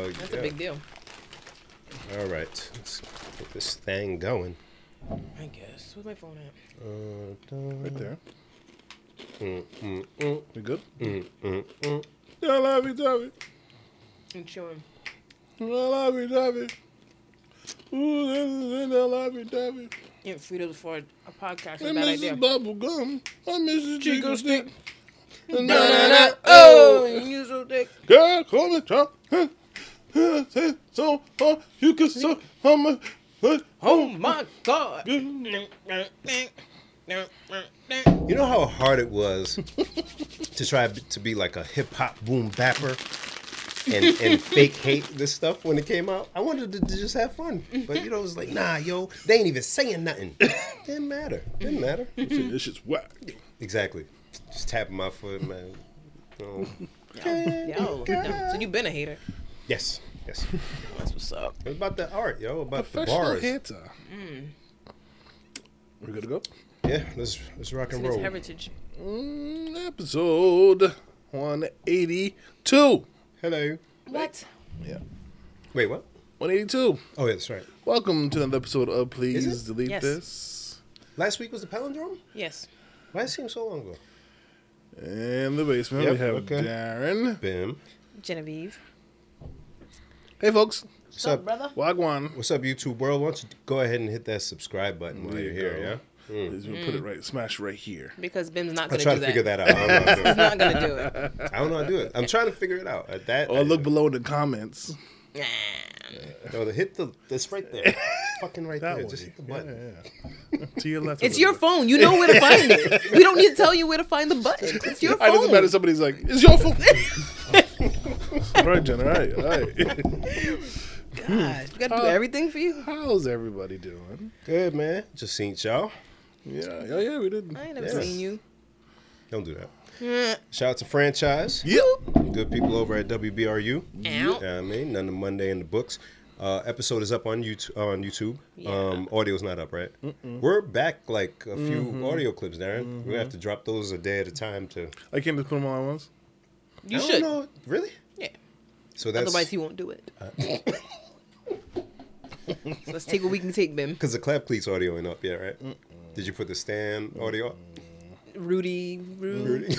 a big deal. Oh, All right, let's get this thing going. I guess. Where's my phone at? Uh, Right there. Mm, You good? Mm, I'm chewing. Ooh, this is the lovey-dovey. And Fritos for a podcast is Hey, a bad idea. Mrs. Bubblegum. I miss the Chico Stick. And Na-na-na. Oh, you so thick. Girl, call me Chuck. So hard, you can so how much. Oh my god. you know how hard it was to try b- to be like a hip hop boom bapper and, and fake hate this stuff when it came out. I wanted to, to just have fun, but you know, it was like, nah, yo, they ain't even saying nothing. Didn't matter. Didn't matter. This shit's whack. Exactly. Just tapping my foot, man. Oh. Yo, yo. so you been a hater. Yes. Yes. That's what's up. It was about the art, yo. About the Professional bars. hater. We're Mm. good to go? Yeah. Let's let's rock and It's roll. heritage. Mm, episode 182. Hello. What? Yeah. Wait, what? 182. Oh, yeah, that's right. Welcome to another episode of Please Is Delete Yes. This Last week was the palindrome. Yes. Why it seem so long ago? in the basement. Yep, we have okay. Darren. Bim. Genevieve. Hey, folks. What's up? brother? Wagwan. What's up, YouTube world? Why don't you go ahead and hit that subscribe button while There you're you here, go. yeah? He's gonna Hmm. Put it right, smash right here. Because Ben's not I'm gonna trying do to that. figure that out. I don't know how to do He's it. not gonna do it. I don't know how to do it. I'm trying to figure it out. Uh, That Or look below in the comments. Nah. No, the hit the that's right there. Fucking right That there. way. Just hit the button. Yeah, yeah. to your left. a It's little your bit. phone. You know where to find it. We don't need to tell you where to find the button. It's your I doesn't matter. phone. Somebody's like, "It's your phone." all right, Jen. All right, all right. Gosh, we gotta do everything for you. How's everybody doing? Good man. Just seen y'all. Yeah, yeah, yeah. We did. I ain't never Yes. seen you. Don't do that. Shout out to franchise. Yeah. Good people over at WBRU. Ow. Yeah, I mean, none of Monday in the books. Uh, episode is up on YouTube. On YouTube, Yeah. um, audio's not up, right? We're back like a few Mm-hmm. audio clips, Darren. We're gonna have to drop those a day at a time to. I can't just put them all at once. You I don't should. know. Really? Yeah. So that's Otherwise, he won't do it. So let's take what we can take, Ben. because the clap cleats audio ain't up yet, right? Did you put the stand audio up? Rudy, Rudy.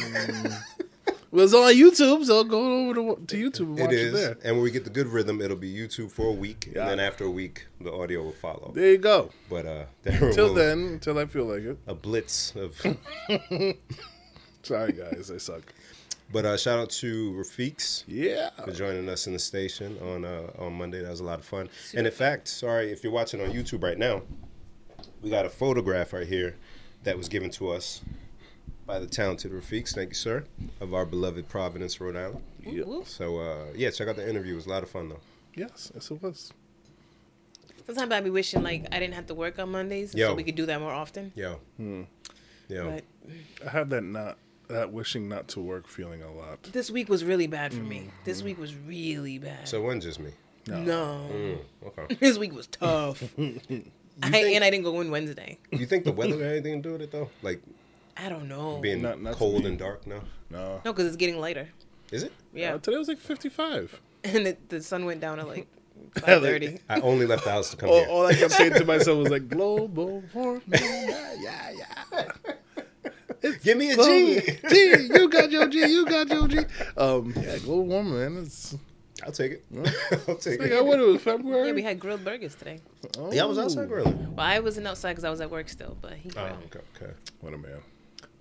Well, it's on YouTube, so go over to, to YouTube and watch it it, is, there. and when we get the good rhythm, it'll be YouTube for a week, Yeah. and then after a week, the audio will follow. There you go. But uh, Darren Till will- then, until I feel like it. a blitz of. Sorry, guys, I suck. but uh, shout out to Rafiq's. Yeah. for joining us in the station on uh, on Monday. That was a lot of fun. And in fact, sorry if you're watching on YouTube right now, we got a photograph right here that was given to us by the talented Rafiqs. Thank you, sir, of our beloved Providence, Rhode Island. Yeah. Whoop. So uh, yeah, check out the interview. It was a lot of fun though. Yes, yes, it was. Sometimes I be wishing like I didn't have to work on Mondays, Yo. so we could do that more often. Yo, Hmm. yo, But I have that not that wishing not to work feeling a lot. this week was really bad for me. This week was really bad. Mm. so it wasn't just me. no, Mm, okay. this week was tough. I, and I didn't go in Wednesday. You think the weather had anything to do with it though? Like I don't know. being Oh, Not- not to cold me. and dark? No, No. No, because it's getting lighter. is it? Yeah, Uh, today was like 55. and it, the sun went down at like five thirty. I only left the house to come All, here. all I kept saying to myself was like global warming. Yeah, yeah, yeah. Give me a G. Global- G, you got your G, you got your G. Um, yeah, global warming, man. It's I'll take it. I'll take like it. I what it was February. Yeah, we had grilled burgers today. oh. Yeah, I was outside grilling. Well, I wasn't outside because I was at work still, but he. Oh, grilled. okay, okay. What a man.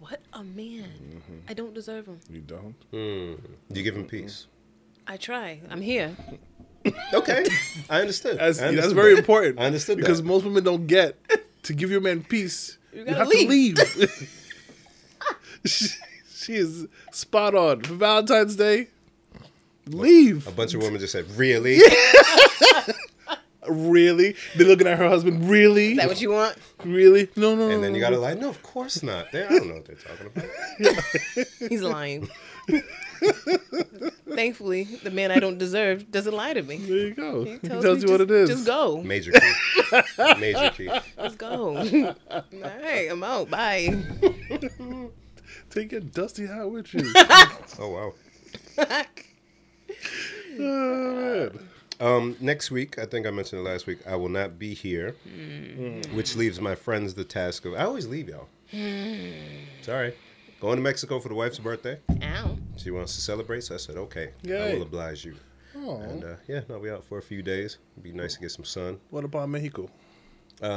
What a man! I don't deserve him. You don't. Mm. You give him peace. Mm-hmm. I try. I'm here. Okay, I understood. That's, I that's understood very that. important. I understood because that. most women don't get to give your man peace. You, gotta have leave. to leave. she, she is spot on for Valentine's Day. Leave. A bunch of women just said, "Really? Really? They're looking at her husband. Really? Is that what you want? really? No, no. And then you no, gotta lie. No, of course not. They, I don't know what they're talking about. He's lying. Thankfully, the man I don't deserve doesn't lie to me. no. There you go. He He tells, me you what just- it is. Just go. Major key. Major key. Let's go. All right, I'm out. Bye. Take your dusty hat with you. Oh wow. Oh, man. Um, next week, I think I mentioned it last week. I will not be here, Mm. which leaves my friends the task of. I always leave y'all. Mm. Sorry, going to Mexico for the wife's birthday. Ow. She wants to celebrate, so I said, "Okay, I Yay. will oblige you." And uh, yeah, I'll be out for a few days. It'd be nice to get some sun. What about Mexico? Uh,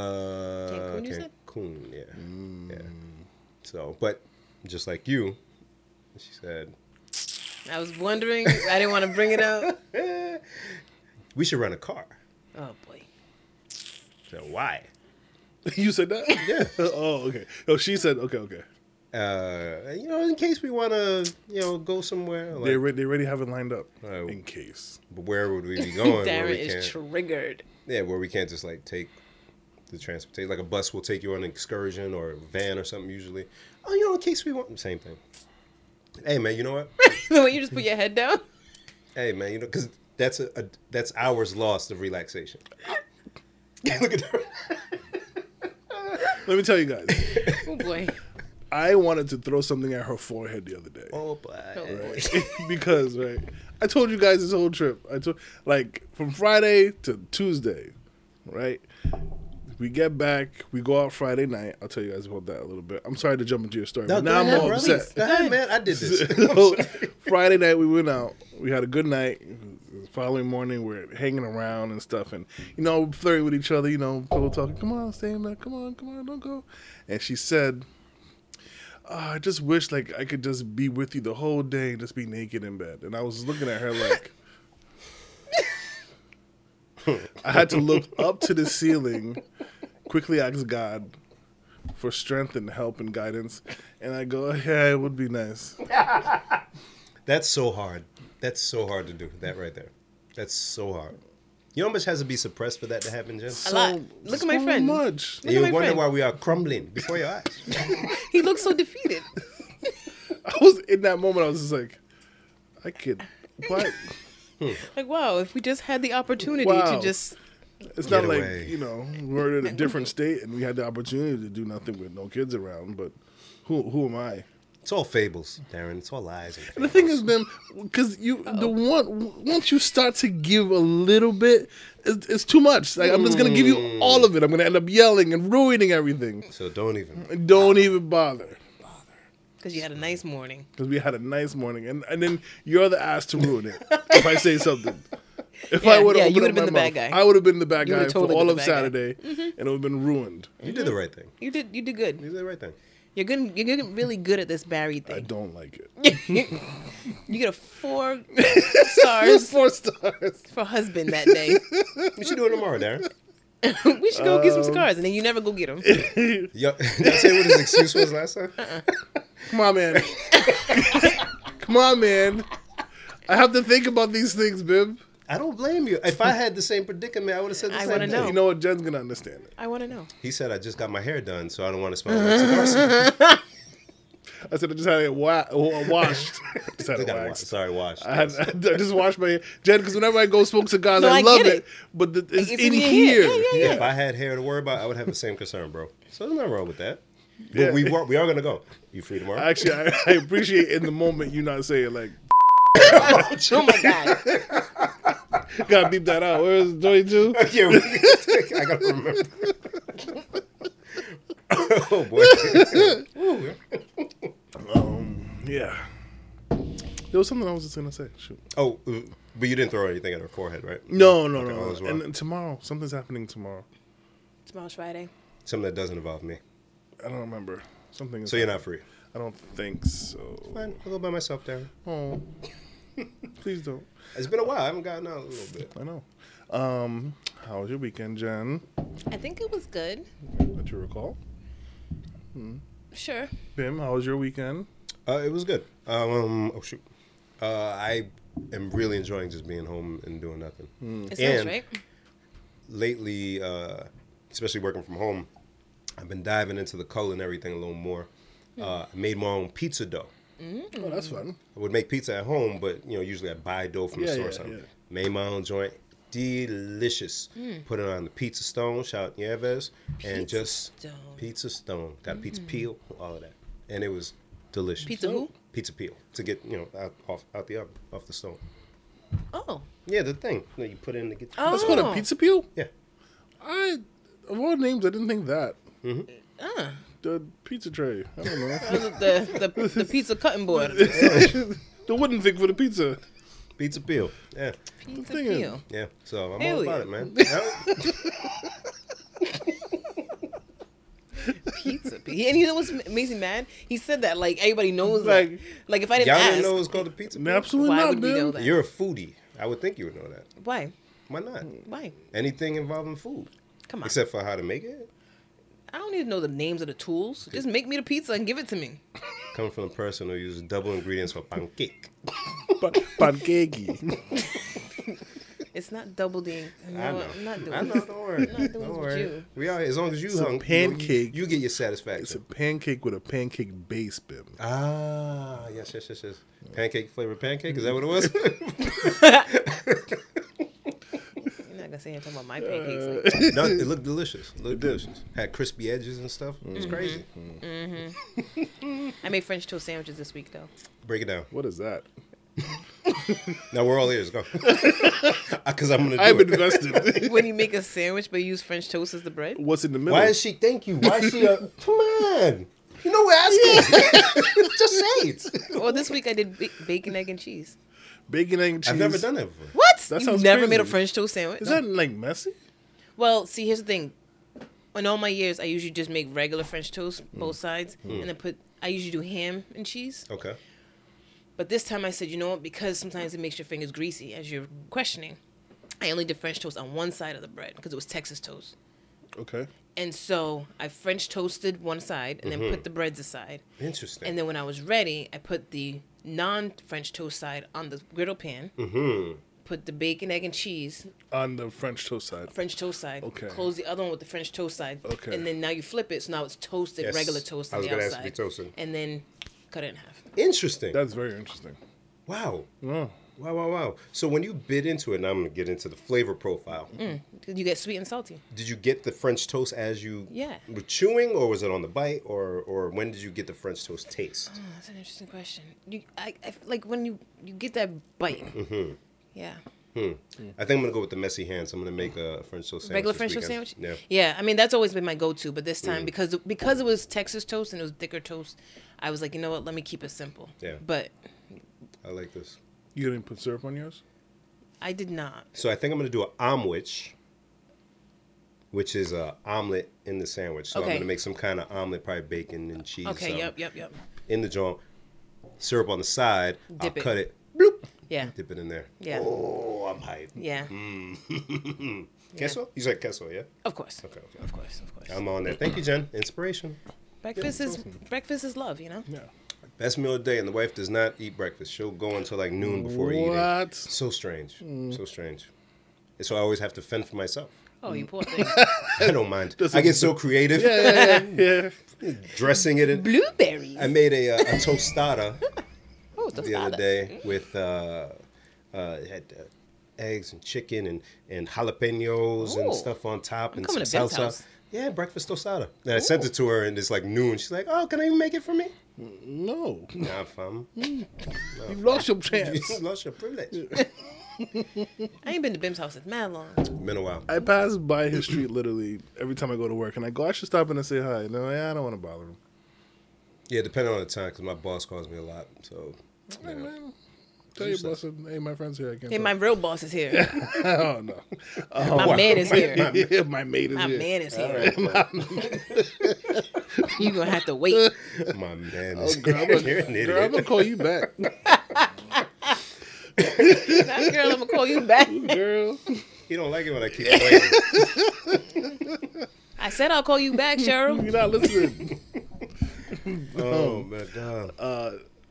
Cancun, you said? Cancun, yeah, yeah. So, but just like you, she said, I was wondering. I didn't want to bring it up. "We should rent a car." Oh boy. I said, "Why?" you said that? Yeah. oh, okay. No, she said okay, okay. Uh, you know, in case we want to, you know, go somewhere. Like, they re- they already have it lined up Oh. in case. But where would we be going? where Darren we is can't- triggered. yeah, where we can't just like take the transportation. Like a bus will take you on an excursion or a van or something usually. Oh, you know, in case we want same thing. Hey man, you know what? the way you just put your head down. hey man, you know, because that's a, a that's hours lost of relaxation. Look at that. Let me tell you guys. Oh boy. I wanted to throw something at her forehead the other day. Oh boy. Oh boy. because right, I told you guys this whole trip. I told like from Friday to Tuesday, right? We get back. We go out Friday night. I'll tell you guys about that a little bit. I'm sorry to jump into your story. but now I'm all upset. Go ahead, man. I did this. So, Friday night we went out. We had a good night. The following morning we're hanging around and stuff, and you know flirting with each other. You know, pillow talking. Come on, stay in bed. Come on, come on, don't go. And she said, "Ah, "I just wish like I could just be with you the whole day and just be naked in bed." And I was looking at her like. I had to look up to the ceiling, quickly ask God for strength and help and guidance, and I go, "Yeah, it would be nice." That's so hard. That's so hard to do. That right there. That's so hard. You know how much has to be suppressed for that to happen, Jen? A lot. Look at my so friend. Much. Look you at wonder my friend. why we are crumbling before your eyes. He looks so defeated. I was in that moment. I was just like, I could. What? Like wow, if we just had the opportunity Wow. to just It's not Get like away. you know we're in a different state and we had the opportunity to do nothing with no kids around. But who who am I? It's all fables, Darren. It's all lies. And The fables. thing is, man, because you the one once you start to give a little bit, it's, it's too much. Like I'm just gonna give you all of it. I'm gonna end up yelling and ruining everything. so don't even. Don't even bother. because you had a nice morning. because we had a nice morning, and, and then you're the ass to ruin it if I say something. If I Yeah, would yeah, have you would've been the bad guy. I would have been the bad You guy would've totally for been all the of bad guy. Mm-hmm. Saturday, and it would have been ruined. You did the right thing. You did you did You good. did the right thing. You're good. You're getting really good at this Barry I thing. don't like it. You get a four stars Four stars. for husband that day. We should do it tomorrow, Darren. we should go get Um, some cigars, and then you never go get them. Yo, did I say what his excuse was last time? Uh-uh. Come on, man. Come on, man. I have to think about these things, Bib. I don't blame you. If I had the same predicament, I would have said the I same wanna thing. know. You know what? Jen's gonna understand it. I want to know. He said, I just got my hair done, so I don't want to smell like cigar smoke." I said I just had it wa- wa- washed. Just had I it got wa- waxed. Sorry, wash. I, had, I just washed my hair, Jen, because whenever I go smoke cigars, No, I, I love it. get it. But the, it's, it's in in your here. head. Yeah, yeah, yeah, if I had hair to worry about, I would have the same concern, bro. So there's nothing wrong with that. But Yeah. we, were, we are going to go. You free tomorrow? Actually, I, I appreciate in the moment you not saying like, Oh my god. gotta beep that out. Where's Joy Two? Yeah, we- I gotta remember. oh boy. Ooh. Yeah. There was something I was just gonna say. Shoot. oh, mm, but you didn't throw anything at her forehead, right? No, no, Okay, all no. is no. well. And then tomorrow, something's happening tomorrow. Tomorrow's Friday. Something that doesn't involve me. I don't remember. Something. Is So you're not free. I don't think so. Fine, I'll go by myself, Darren. Oh, please don't. It's been a while. I haven't gotten out in a little bit. I know. Um, how was your weekend, Jen? I think it was good. That you recall. Sure. Bim, how was your weekend? Uh, it was good. Um, oh shoot. Uh, I am really enjoying just being home and doing nothing. It's nice, And- right? Lately, uh, especially working from home, I've been diving into the culinary thing a little more. Hmm. Uh, I made my own pizza dough. Oh, that's fun. I would make pizza at home, but you know, usually I buy dough from Yeah, the store yeah, or something. yeah. Made my own joint. Delicious. Put it on the pizza stone, shout out Nieves. And Hmm. Pizza just stone. Hmm. pizza stone. Got pizza peel, all of that. And it was delicious. Pizza who? Pizza peel. To get, you know, out off out the oven, off the stone. Oh, Yeah, the thing that you put in to get. Oh. That's called a pizza peel. Yeah. I of all names, I didn't think that Ah, the pizza tray. I don't know the, the, the pizza cutting board. the wooden thing for the pizza. Pizza peel. Yeah. Pizza thing is- peel. Yeah. So I'm Hell all about yeah. it, man. Yeah. Pizza peel. And you know what's makes me mad? He said that like everybody knows Like- that. Like if I didn't Y'all ask, didn't know it was called a pizza peel? Absolutely Why not, would we man. know that? You're a foodie. I would think you would know that. why? Why not? Why? Anything involving food, Hmm. Come on. except for how to make it, I don't need to know the names of the tools. Just make me the pizza and give it to me. coming from a person who uses double ingredients for pancake. Pa- pancake. It's not double ding. No, I know. I'm not doing I know. it. Don't worry. doing this don't with worry. you. We are as long as you a hung you- pancake. You, get your It's a satisfaction. pancake with a pancake base, bib. Ah, yes, yes, yes, yes. Pancake flavored pancake. Is that Mm. what it was? You're not gonna say I'm talking about my pancakes. like no, it looked delicious. It looked delicious. Had crispy edges and stuff. It Mm-hmm. was crazy. I made French toast sandwiches this week though. Break it down. What is that? Now we're all ears. Go. Because I'm gonna do I'm it. invested. When you make a sandwich but you use French toast as the bread, What's in the middle? Why is she? Thank you. Why is she? A, come on. You know we're asking. Just say it. well, this week I did ba- bacon, egg, and cheese. Bacon, egg, and cheese. I've never done that before. What? That You've sounds never made a crazy. French toast sandwich? Is that like messy? Well, see, here's the thing. In all my years, I usually just make regular French toast, both sides, and then put. I usually do ham and cheese, Okay. but this time I said, you know what? Because sometimes it makes your fingers greasy as you're questioning. I only did French toast on one side of the bread because it was Texas toast, Okay. and so I French toasted one side and then put the breads aside. Interesting. And then when I was ready, I put the non-French toast side on the griddle pan. Put the bacon, egg, and cheese On the French toast side. French toast side. Okay. Close the other one with the French toast side. Okay. And then now you flip it, so now it's toasted, Yes. regular toast I on was the gonna ask outside. if you toasted. And then cut it in half. Interesting. That's very interesting. wow. Oh. Wow, wow, wow. So when you bit into it, and I'm gonna get into the flavor profile. 'Cause You get sweet and salty. Did you get the French toast as you Yeah. were chewing, or was it on the bite, or or when did you get the French toast taste? Oh, that's an interesting question. You, I, I like when you you get that bite. Mm-hmm. Yeah. I think I'm gonna go with the messy hands. I'm gonna make a Mm. French toast sandwich. Regular this French toast weekend. sandwich. Yeah. I mean, that's always been my go-to, but this Mm. time because because it was Texas toast and it was thicker toast, I was like, you know what? Let me keep it simple. Yeah. But Yeah, I like this. You didn't put syrup on yours? I did not. So I think I'm gonna do an omelet, which is a omelet in the sandwich. So I'm Okay. gonna make some kind of omelet, probably bacon and cheese. Okay. um, Yep. Yep. Yep. In the joint, syrup on the side. Dip I'll it. cut it. Bloop. Yeah. Dip it in there. Yeah. Oh, I'm hyped. Yeah. Mm. Queso? You said queso, yeah? Of course. Okay, okay. Of course. Of course. I'm on there. Thank you, Jen. Inspiration. Breakfast is breakfast is love, you know. Yeah. Best meal of the day, and the wife does not eat breakfast. She'll go until like noon before eating. What? Mm. So strange. So strange. And so I always have to fend for myself. Oh, you poor thing. I don't mind. I get so creative Yeah, yeah. dressing it in. Blueberries. I made a, uh, a tostada oh, the other tostada. day with uh, uh, it had uh, eggs and chicken and, and jalapenos Ooh. and stuff on top and some coming to Ben's salsa. house. Yeah, breakfast tostada. And I sent it to her, and it's like noon. She's like, "Oh, can I make it for me?" No. Nah, fam. You lost your You chance. lost your privilege. I ain't been to Bim's house in mad long. Been a while. I pass by his street literally every time I go to work, and I go, I should stop in and say hi. No, yeah, I don't want to bother him. Yeah, depending on the time, because my boss calls me a lot. So, you know. Tell your boss, hey, my friend's here. I can't. Hey, my real boss is here. oh no, My man is here. Oh, yeah, my mate is My here. man is All here. right, bro. You gonna have to wait. my man is Girl, I'm You're an gonna, idiot. girl, I'm gonna call you back, That girl, I'm gonna call you back. girl. He don't like it when I keep playing. I said I'll call you back, Cheryl. You're not listening. oh my god,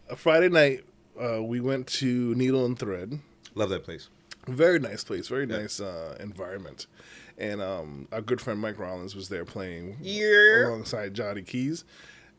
A Friday night, uh, we went to Needle and Thread. love that place. Very nice place, very nice uh, environment, and um, our good friend Mike Rollins was there playing Yeah. alongside Johnny Keys,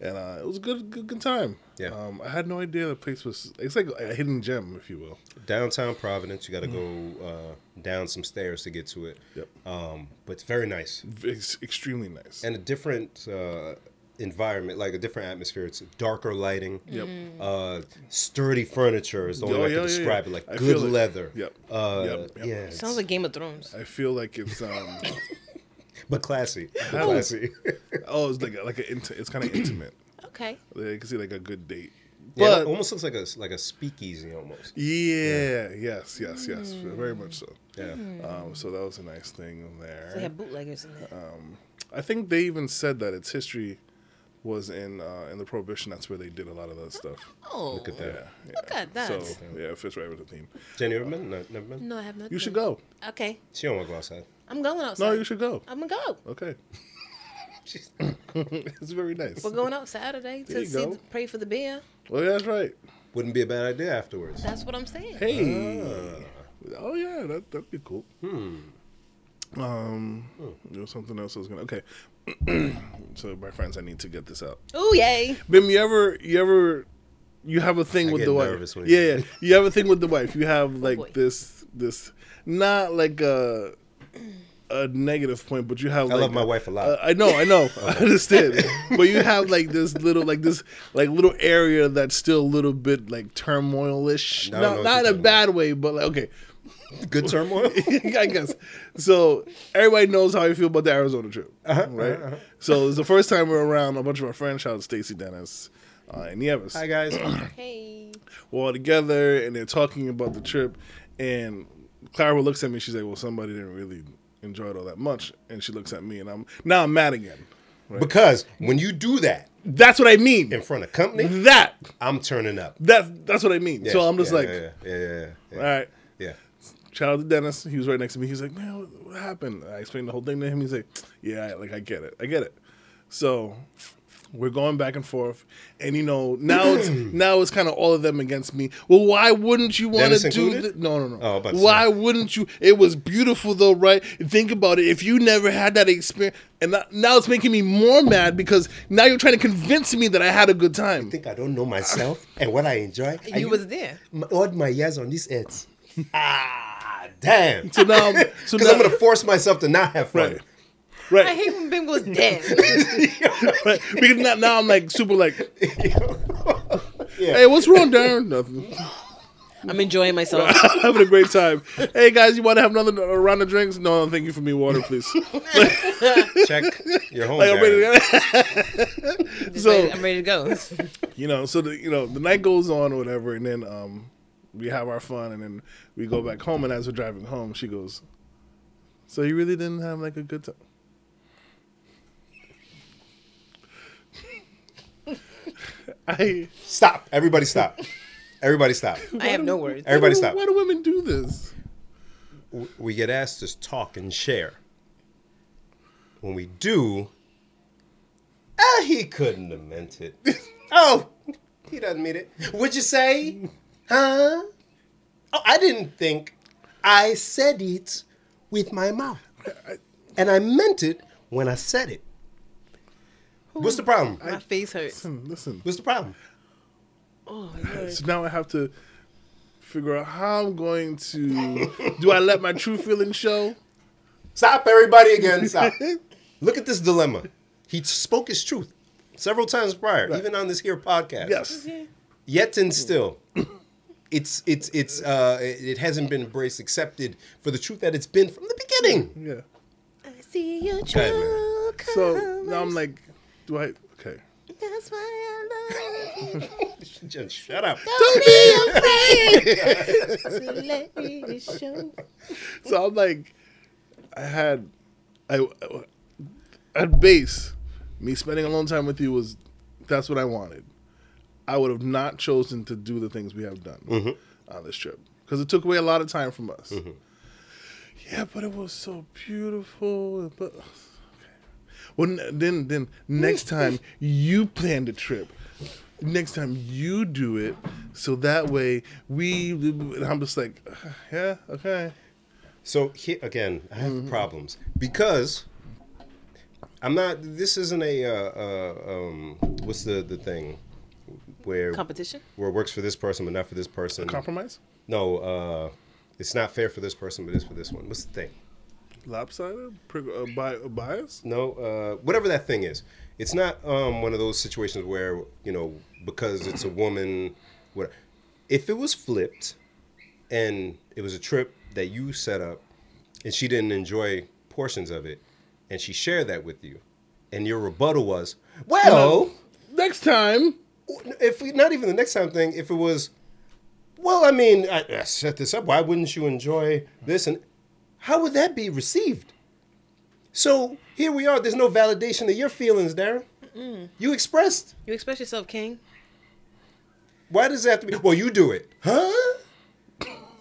and uh, it was a good, good, good time. Yeah. um, I had no idea the place was. It's like a hidden gem, if you will. Downtown Providence, you got to go uh, down some stairs to get to it. Mm. Yep. Um, but it's very nice It's extremely nice. and a different uh, environment, like a different atmosphere. It's darker lighting, Mm-hmm. uh, sturdy furniture is the only Oh, way I yeah, can yeah, describe yeah. it. Like I good feel it. leather. Yep. Uh, Yep, yep. Yeah. Sounds it's- like Game of Thrones. I feel like it's um but classy. Oh. Classy. oh it's like a, like a inti- it's kind of intimate. Okay. Like, you can see like a good date. yeah, it But um, almost looks like a like a speakeasy almost. yeah, yes, yes, yes, very much so. Yeah. Um, so that was a nice thing there. They have bootleggers in there. I think they even said that its history was in uh, in the prohibition. That's where they did a lot of that stuff. oh, Look at that. Yeah. Look at that. So yeah, it fits right with the theme. Jenny, ever been? No, never been. No, I have not. You been. should go. Okay, She don't want to go outside. I'm going outside. No, you should go. I'm gonna go. Okay, She's- it's very nice. We're going out Saturday There to you see, go. the, pray for the beer. Well, yeah, that's right. wouldn't be a bad idea afterwards. That's what I'm saying. Hey. Oh yeah, that that'd be cool. Um, there was something else I was gonna. Okay, so my friends, I need to get this out. Ooh, yay! Bim, you ever you ever you have a thing I with get the nervous wife? when you Yeah, do yeah. You have a thing with the wife. You have like boy. this this not like a a negative point, but you have. I like, love my wife a lot. Uh, I know, I know, I understand. but you have like this little, like this, like little area that's still a little bit like turmoilish. I don't know Not, what not you're in a talking bad way, but like okay. Good turmoil. I guess. So everybody knows how I feel about the Arizona trip, Uh-huh, right? So it's the first time we're around a bunch of our friends, shout out to Stacy Dennis uh, and Nieves. Hi guys. Hey, We're all together and they're talking about the trip. And Clara looks at me. She's like, "Well, somebody didn't really enjoy it all that much." And she looks at me, and I'm now I'm mad again. because when you do that That's what I mean. in front of company, That I'm turning up. that that's what I mean. so I'm just Yeah, like, yeah, yeah, yeah, yeah, all right. yeah. Shout out to Dennis. He was right next to me. He was like, "Man, what, what happened?" I explained the whole thing to him. He's like, "Yeah, I- like I get it. I get it." So we're going back and forth, and you know now it's now it's kind of all of them against me. Well, why wouldn't you want Dennis to do? included? Th- no, no, no. Oh, I was about to why say. wouldn't you? It was beautiful though, right? Think about it. If you never had that experience, and that, now it's making me more mad because now you're trying to convince me that I had a good time. Think I don't know myself and what I enjoy. you, And was there. my, all my years on this earth. ah, damn. So now, I'm- so Because now, I'm gonna force myself to not have fun. Right. right. I hate when Ben goes dead. Right. Because now, now I'm like super like, Yeah. hey, what's wrong, Darren? Nothing. I'm enjoying myself. Having a great time. Hey guys, you want to have another a round of drinks? No, thank you for me water, please. Check your home. Like, I'm ready Darren. to- Just So- ready- I'm ready to go. you know, so the you know the night goes on or whatever, and then um we have our fun, and then we go back home. And as we're driving home, she goes, "So you really didn't have like a good time." I Stop. Everybody stop. Everybody stop. I have no words. Everybody why do- stop. Why do women do this? W- We get asked to talk and share. When we do, ah, he couldn't have meant it. oh, he doesn't mean it. What'd you say? Huh? Oh, I didn't think. I said it with my mouth. And I meant it when I said it. What's the problem? My face hurts. Listen, Hmm, listen. What's the problem? Oh, Lord. So now I have to figure out how I'm going to. do I let my true feelings show? Stop, everybody, again. Stop. Look at this dilemma. He spoke his truth several times prior, even on this here podcast. Yes. Yet and still, it's it's it's uh it it hasn't been embraced, accepted for the truth that it's been from the beginning. Yeah. I see your Okay, man. true So now I'm colours. like, do I? Okay. That's why I love you. Just shut up. Don't be afraid to let me show. So I'm like, I had, I, at base, me spending a long time with you was, that's what I wanted. I would have not chosen to do the things we have done on this trip because it took away a lot of time from us. Yeah, but it was so beautiful. But okay. well, n- then then next time you plan the trip. Next time you do it, so that way we. And I'm just like, yeah, okay. So here again, I have problems because I'm not. This isn't a uh, uh, um, what's the the thing where Competition? where it works for this person but not for this person. compromise. no, uh, it's not fair for this person, but it's for this one. What's the thing? lopsided, Pri- uh, bi- uh, bias. No, uh, whatever that thing is. It's not um, one of those situations where you know because it's a woman. What if it was flipped, and it was a trip that you set up, and she didn't enjoy portions of it, and she shared that with you, and your rebuttal was, "Well, Next time, if we, not even the next time thing, if it was, well, I mean, I, I set this up. Why wouldn't you enjoy this? And how would that be received? So here we are. There's no validation of your feelings, Darren. You expressed. You express yourself, King. Why does it have to be? Well, you do it, huh?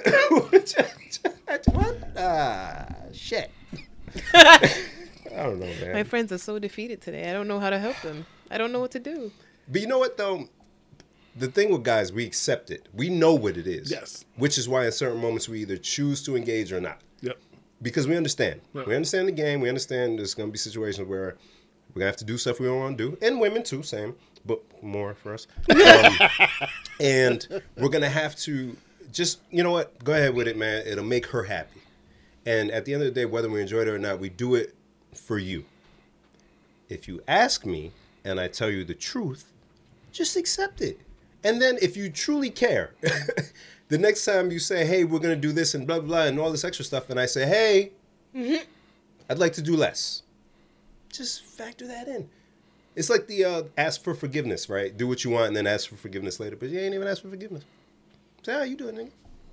what? Ah, shit. I don't know, man. My friends are so defeated today. I don't know how to help them. I don't know what to do. But you know what though? The thing with guys, we accept it. We know what it is. Yes. Which is why in certain moments we either choose to engage or not. yep. Because we understand. Right. We understand the game. We understand there's gonna be situations where we're gonna have to do stuff we don't wanna do. And women too, same, but more for us. Um, and we're gonna have to just you know what? Go ahead with it, man. It'll make her happy. And at the end of the day, whether we enjoyed it or not, we do it for you. If you ask me and I tell you the truth, just accept it. And then if you truly care, the next time you say, hey, we're going to do this and blah, blah, and all this extra stuff, and I say, hey, Mm-hmm. I'd like to do less, just factor that in. It's like the uh, ask for forgiveness, right? Do what you want and then ask for forgiveness later, but you ain't even asked for forgiveness. Say, how you doing, nigga?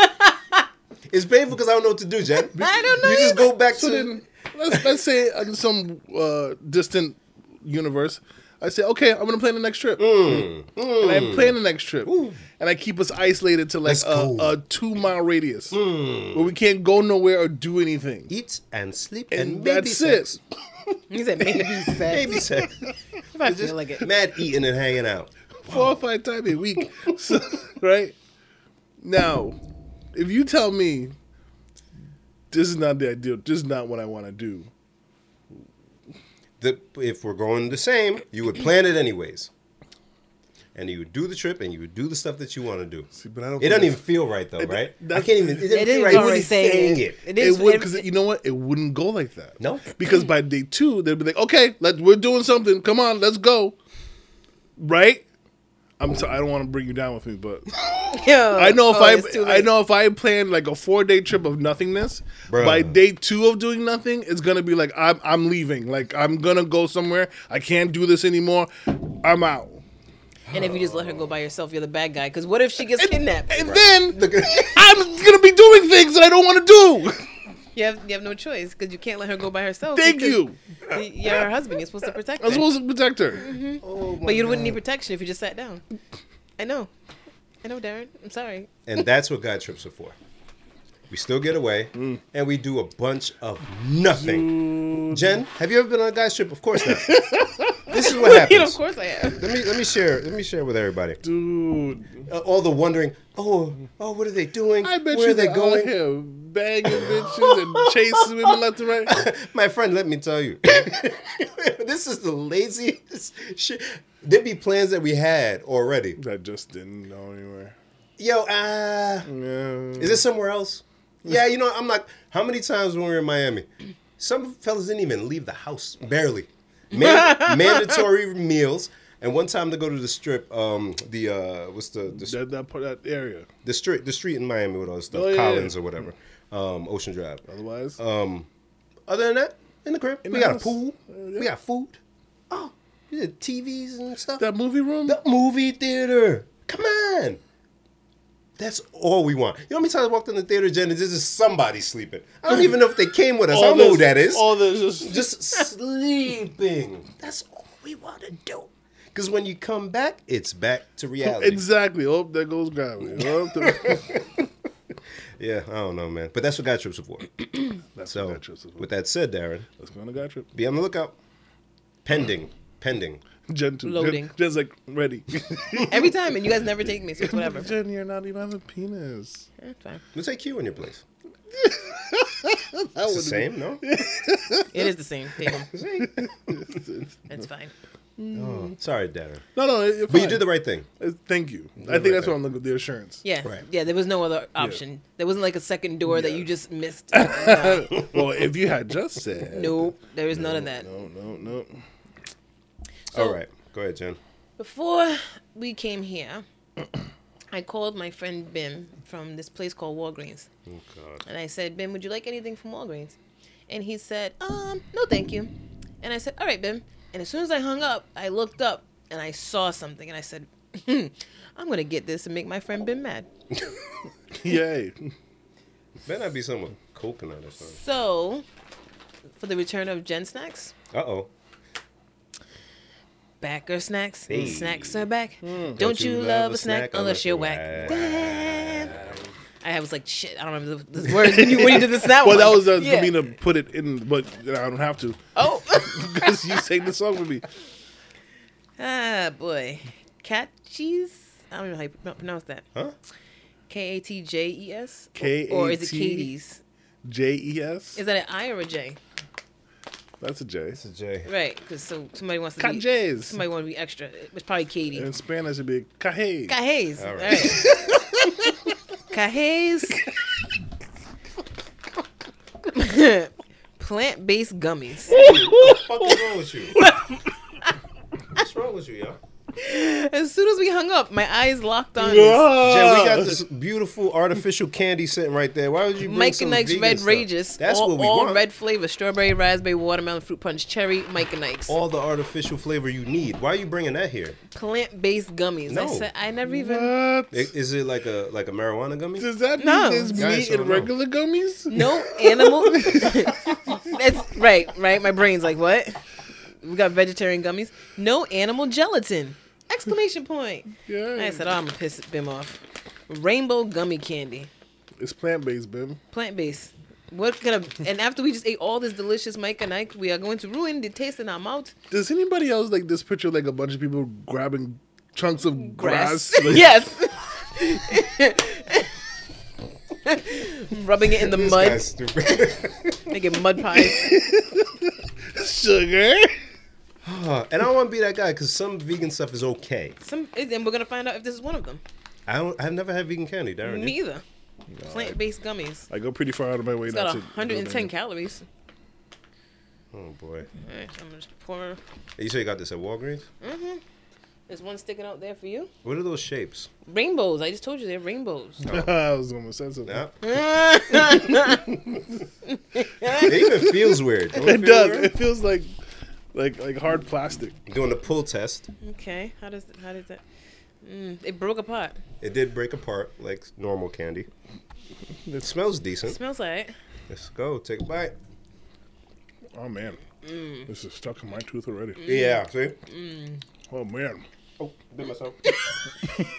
Ah. it's painful because I don't know what to do, Jen. I don't know You just go back So to then, let's let's say in some uh, distant universe, I say, okay, I'm gonna plan the next trip, and I plan the next trip, and I keep us isolated to like Let's a, go. a two mile radius where we can't go nowhere or do anything. eat and sleep And and, maybe that's sex. it. He said maybe sex. Maybe sex. if I feel like it. Mad eating and hanging out. four or five times a week, So, right? Now, if you tell me this is not the ideal, this is not what I want to do, The, if we're going the same, you would plan it anyways. And you would do the trip and you would do the stuff that you want to do. See, but I don't it doesn't think- even feel right though, right? I that's- can't even. It doesn't It feel is right already really saying saying it. It it, is would every- because you know what? It wouldn't go like that. No. because by day two they'd be like, okay, let we're doing something. Come on, let's go. Right? I'm. So, I don't want to bring you down with me, but Yo, I know if oh, it's too I I late. know if I plan like a four day trip of nothingness, Bruh. by day two of doing nothing, it's gonna be like I'm I'm leaving. Like I'm gonna go somewhere. I can't do this anymore. I'm out. And if you just let her go by herself, you're the bad guy. Because what if she gets kidnapped? And then Look at- I'm gonna be doing things that I don't want to do. You have you have no choice because you can't let her go by herself. Thank because you. y- You're her husband. You're supposed to protect her. I'm supposed to protect Mm-hmm. her. but you wouldn't need protection if you just sat down. I know. I know, Darren. I'm sorry. And that's what guy trips are for. We still get away Mm. and we do a bunch of nothing. Jen, have you ever been on a guy's trip? Of course not. this is what of happens. course I am. Let me let me share let me share with everybody. Dude, Uh, all the wondering, oh, oh, what are they doing? I bet Where you are they going? here banging bitches and chasing women left and right. My friend, let me tell you, this is the laziest shit. There'd be plans that we had already. I just didn't go anywhere. Yo, ah, Yeah. is this somewhere else? Yeah, you know, I'm like, how many times when we were in Miami, some fellas didn't even leave the house, barely. Man- mandatory meals. And one time to go to the strip, um, the uh, what's the the That, that part, that area. the street the street in Miami with all this stuff, Oh, yeah, Collins yeah. or whatever, um, Ocean Drive. Otherwise, Uh, Other than that, in the crib, In we the got house. a pool, Uh, yeah. we got food. Oh, we got TVs and stuff. that movie room. the movie theater. Come on. That's all we want. You know how many times I walked in the theater, Jen, and there's just somebody sleeping. I don't even know if they came with us. I don't know who that is. All this just just sleeping. That's all we want to do. Because when you come back, it's back to reality. Exactly. Oh, there goes gravity. Oh, there- Yeah, I don't know, man. But that's what guy trips are for. That's So, what that trip's with that said, Darren, Let's go on a guy trip. be on the lookout. Pending. Pending. Gen two. Loading. Gen, Jen's like ready. Every time, and you guys never take me, so it's whatever. Jen, you're not even on the penis. It's fine. We'll take you in your place. That It's the would've been- same, no? It is the same. Take 'em. Same. It's fine. Oh, sorry, Darren. No, no. it- it's But you fine. did the right thing. Uh, Thank you. I right think that's there. what I'm looking for, the assurance. Yeah, Right. yeah. There was no other option. There wasn't like a second door that Yeah. you just missed. well, if you had just said. nope, there was none of that. No, no, no. All right. Go ahead, Jen. Before we came here, I called my friend Bim from this place called Walgreens, Oh, God. and I said, "Bim, would you like anything from Walgreens?" And he said, "Um, no, thank you." And I said, "All right, Bim." And as soon as I hung up, I looked up and I saw something, and I said, hmm, "I'm gonna get this and make my friend Bim mad." Yay. Better not be someone coconut or something. So, for the return of Jen Snacks, Uh oh. backer snacks. Hey. Snacks are back. Hmm. Don't, you love a snack unless you're whack. Damn. I was like, shit, I don't remember the, the words when you, when you did the snap. Well, one. that was uh, Yeah. for me to put it in, but I don't have to Oh, because you sang the song with me. ah, boy, cat cheese. I don't know how you pro- pronounce that. Huh? K A T J E S. K Or is it A T- Katie's? J E S. Is that an I or a J? That's a J. It's a J. Right, because so somebody wants to Cat be J's. somebody want to be extra. It was probably Katie. In Spanish, it'd be caje. Cajes. Uh, All All right. right. Cajes. Plant based gummies. What the fuck is wrong with you? What's wrong with you, yo? As soon as we hung up, my eyes locked on this. Yeah. Jen, we got this beautiful artificial candy sitting right there. Why would you bring Mike some and Ike's vegan Red stuff? Rages. That's all, what we all want. red flavor strawberry, raspberry, watermelon, fruit punch, cherry, Mike and Ike's. All the artificial flavor you need. Why are you bringing that here? Plant based gummies. I No. said, I never even. What? I- Is it like a like a marijuana gummy? Does that mean No. there's Guys meat don't in know. regular gummies? No animal. That's right, right. My brain's like, what? We got vegetarian gummies. No animal gelatin! Exclamation point. Yeah. I said, oh, I'm gonna piss Bim off. Rainbow gummy candy, It's plant based, Bim. plant based. What kind of? And after we just ate all this delicious Mike and Ike, we are going to ruin the taste in our mouth. Does anybody else like this picture? of, Like a bunch of people grabbing chunks of grass. Grass. yes. Rubbing it in the This mud, guy's stupid. making mud pies. Sugar. Uh, and I don't want to be that guy because some vegan stuff is okay. Some, and we're gonna find out if this is one of them. I don't. I've never had vegan candy, Darren. you- Neither. Plant based gummies. I go pretty far out of my way It's not got to. 110 calories. Oh boy. All right, I'm just pour. You say you got this at Walgreens? There's one sticking out there for you. What are those shapes? Rainbows. I just told you they're rainbows. I was almost said something. Nah. it even feels weird. Don't It feel does. weird? It feels like like like hard plastic. Doing the pull test, Okay. How does how did that? Mm, it broke apart. it did break apart like normal candy. It smells decent. Smells like. Let's go. Take a bite. Oh man, Mm. this is stuck in my tooth already. Yeah. See. Oh man, Oh, bit myself.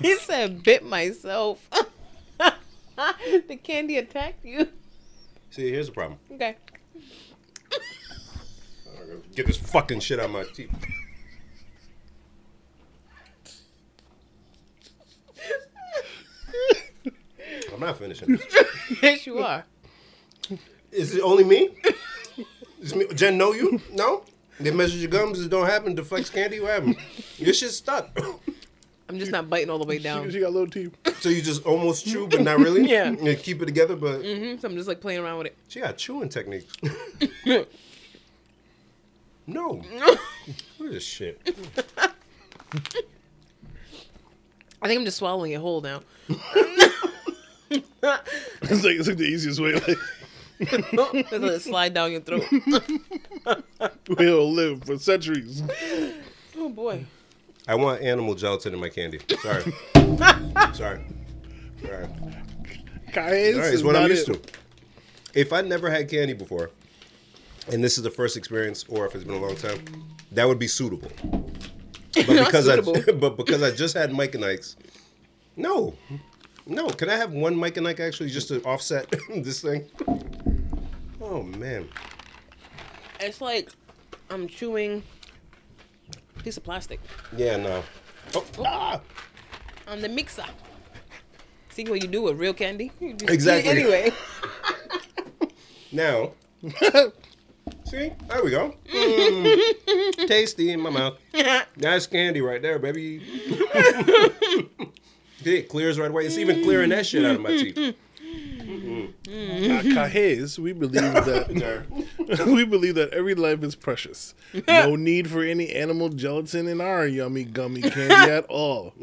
He said, "Bit myself." the candy attacked you. See, here's the problem. Okay. Get this fucking shit out of my teeth. I'm not finishing. This. Yes, you are. Is it only me? Is me? Jen know you? No? They measured your gums. It don't happen. Deflex candy. What happened? Your shit's stuck. I'm just not biting all the way she, down. she got little teeth. so you just almost chew, but not really. Yeah. You keep it together, but hmm so I'm just like playing around with it. she got chewing techniques. no. what is shit? I think I'm just swallowing it whole now. It's like it's like the easiest way. Like Just let it slide down your throat. we'll live for centuries. Oh boy. I want animal gelatin in my candy. Sorry. Sorry. Sorry. Guys, All right, is it's what I'm not used it. to. If I never had candy before, and this is the first experience, or if it's been a long time, that would be suitable. But because I, suitable. but because I just had Mike and Ike's, no, no. Can I have one Mike and Ike actually just to offset this thing? Oh man, It's like I'm chewing a piece of plastic yeah, no. Oh, ah! on the mixer. See what you do with real candy? You just eat it Exactly. Anyway, Now, See, there we go. Mm. Tasty in my mouth. Nice candy right there, baby. See, it clears right away. It's even clearing that shit out of my teeth. At Cajes, we believe that we believe that every life is precious. No need for any animal gelatin in our yummy gummy candy at all.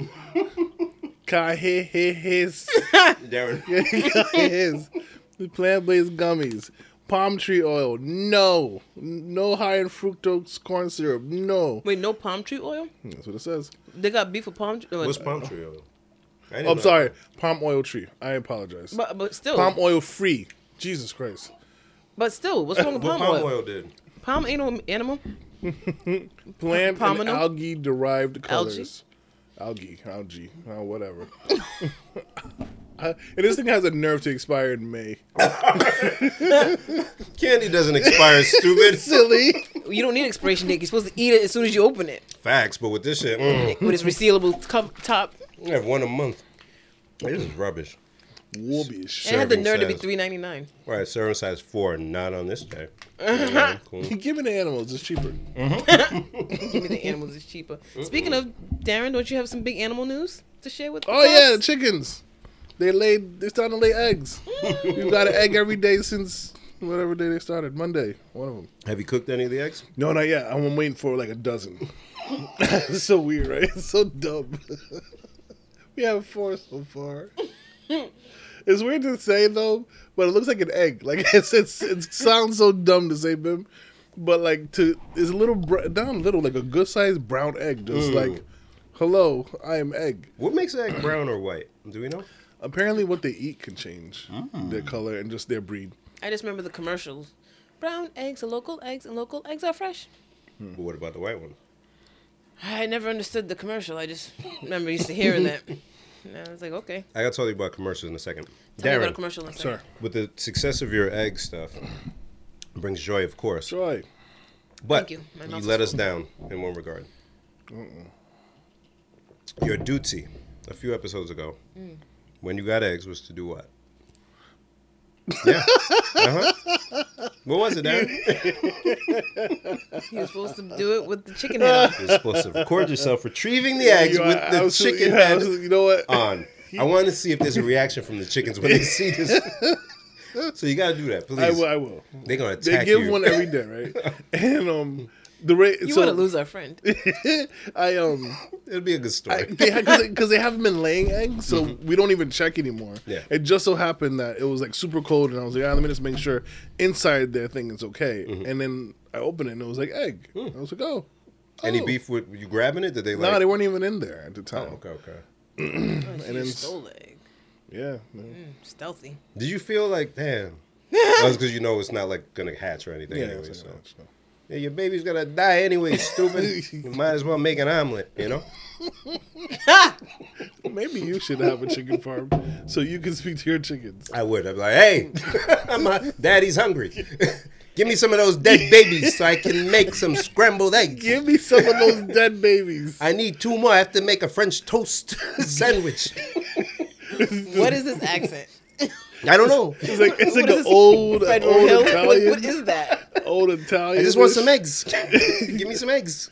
Cajes, Darren, Cajes, the plant-based gummies, palm tree oil, no, no high in fructose corn syrup, no. Wait, no palm tree oil? That's what it says. They got beef with palm tree oil. what's palm tree oil? I didn't Oh, I'm know. sorry, palm oil tree. I apologize. But, but still, Palm oil free. Jesus Christ. but still, what's wrong with What palm, palm oil? oil did? Palm ain't no animal. plant and Pomelo? algae derived Algae? colors. Algae, algae, oh, whatever. Uh, and this thing has a nerve to expire in May. Candy doesn't expire, stupid. Silly. You don't need an expiration date. You're supposed to eat it as soon as you open it Facts, but with this shit, mm, with its resealable cup, top. I have one a month. This is rubbish. Wobbish. And it had the Serving nerve to be size. three ninety nine. All right, serving size four, not on this day. Yeah, cool. Give me the animals. It's Give cheaper. me the animals; it's cheaper. Speaking of Darren, don't you have some big animal news to share with? Oh the yeah, the folks? chickens. They laid. They're starting to lay eggs. Mm. You've got an egg every day since whatever day they started. Monday, one of them. Have you cooked any of the eggs? No, not yet. I'm waiting for like a dozen. it's so weird, right? It's so dumb. we have four so far. it's weird to say though, but it looks like an egg. Like it's, it's it sounds so dumb to say, Bim, but like to it's a little br- down little like a good sized brown egg. Just Mm. like, hello, I am egg. What makes an egg brown or white? Do we know? Apparently, what they eat can change Mm. their color and just their breed. I just remember the commercials. Brown eggs are local eggs, and local eggs are fresh. Hmm. But what about the white one? I never understood the commercial. I just remember used to hearing that. And I was like, okay. I gotta tell you about commercials in a second. Tell me about a Darren, commercial in a second. Sir, with the success of your egg stuff, brings joy, of course. Joy. But Thank you. My you mouth let is us down in one regard. Your duty a few episodes ago, Mm. when you got eggs, was to do what? Yeah. uh huh. What was it, Darren? He was supposed to do it with the chicken head. on. You're supposed to record yourself retrieving the eggs You are with the absolutely- chicken you are head Oh, absolutely- You know what? on. I want to see if there's a reaction from the chickens when they see this. so you got to do that, please. I will. I will. They're gonna They attack give you. one every day, right? and um, the rate. You so want to lose our friend. Oh, I um, It'd be a good story. because they, 'cause they haven't been laying eggs, so we don't even check anymore. Yeah. It just so happened that it was like super cold, and I was like, ah, let me just make sure inside their thing is okay. And then I opened it, and it was like egg. I was like, oh, Any oh. beef with you grabbing it? Did they No, like? they weren't even in there at the time. okay, okay. and then- stole the egg. Yeah. Hmm. no. Stealthy. Did you feel like damn? That's because you know it's not like gonna hatch or anything Yeah. anyway. it's So. like, oh, so. Yeah, your baby's gonna die anyway, stupid. you might as well make an omelet, you know? Maybe you should have a chicken farm so you can speak to your chickens. I would. I'd be like, hey, my daddy's hungry. Give me some of those dead babies so I can make some scrambled eggs. Give me some of those dead babies. I need two more. I have to make a French toast sandwich. What is this accent? I don't know. It's like What it's like is an this, old old Federal Hill? What- Italian. what is that? old Italian. I just want some eggs. Give me some eggs.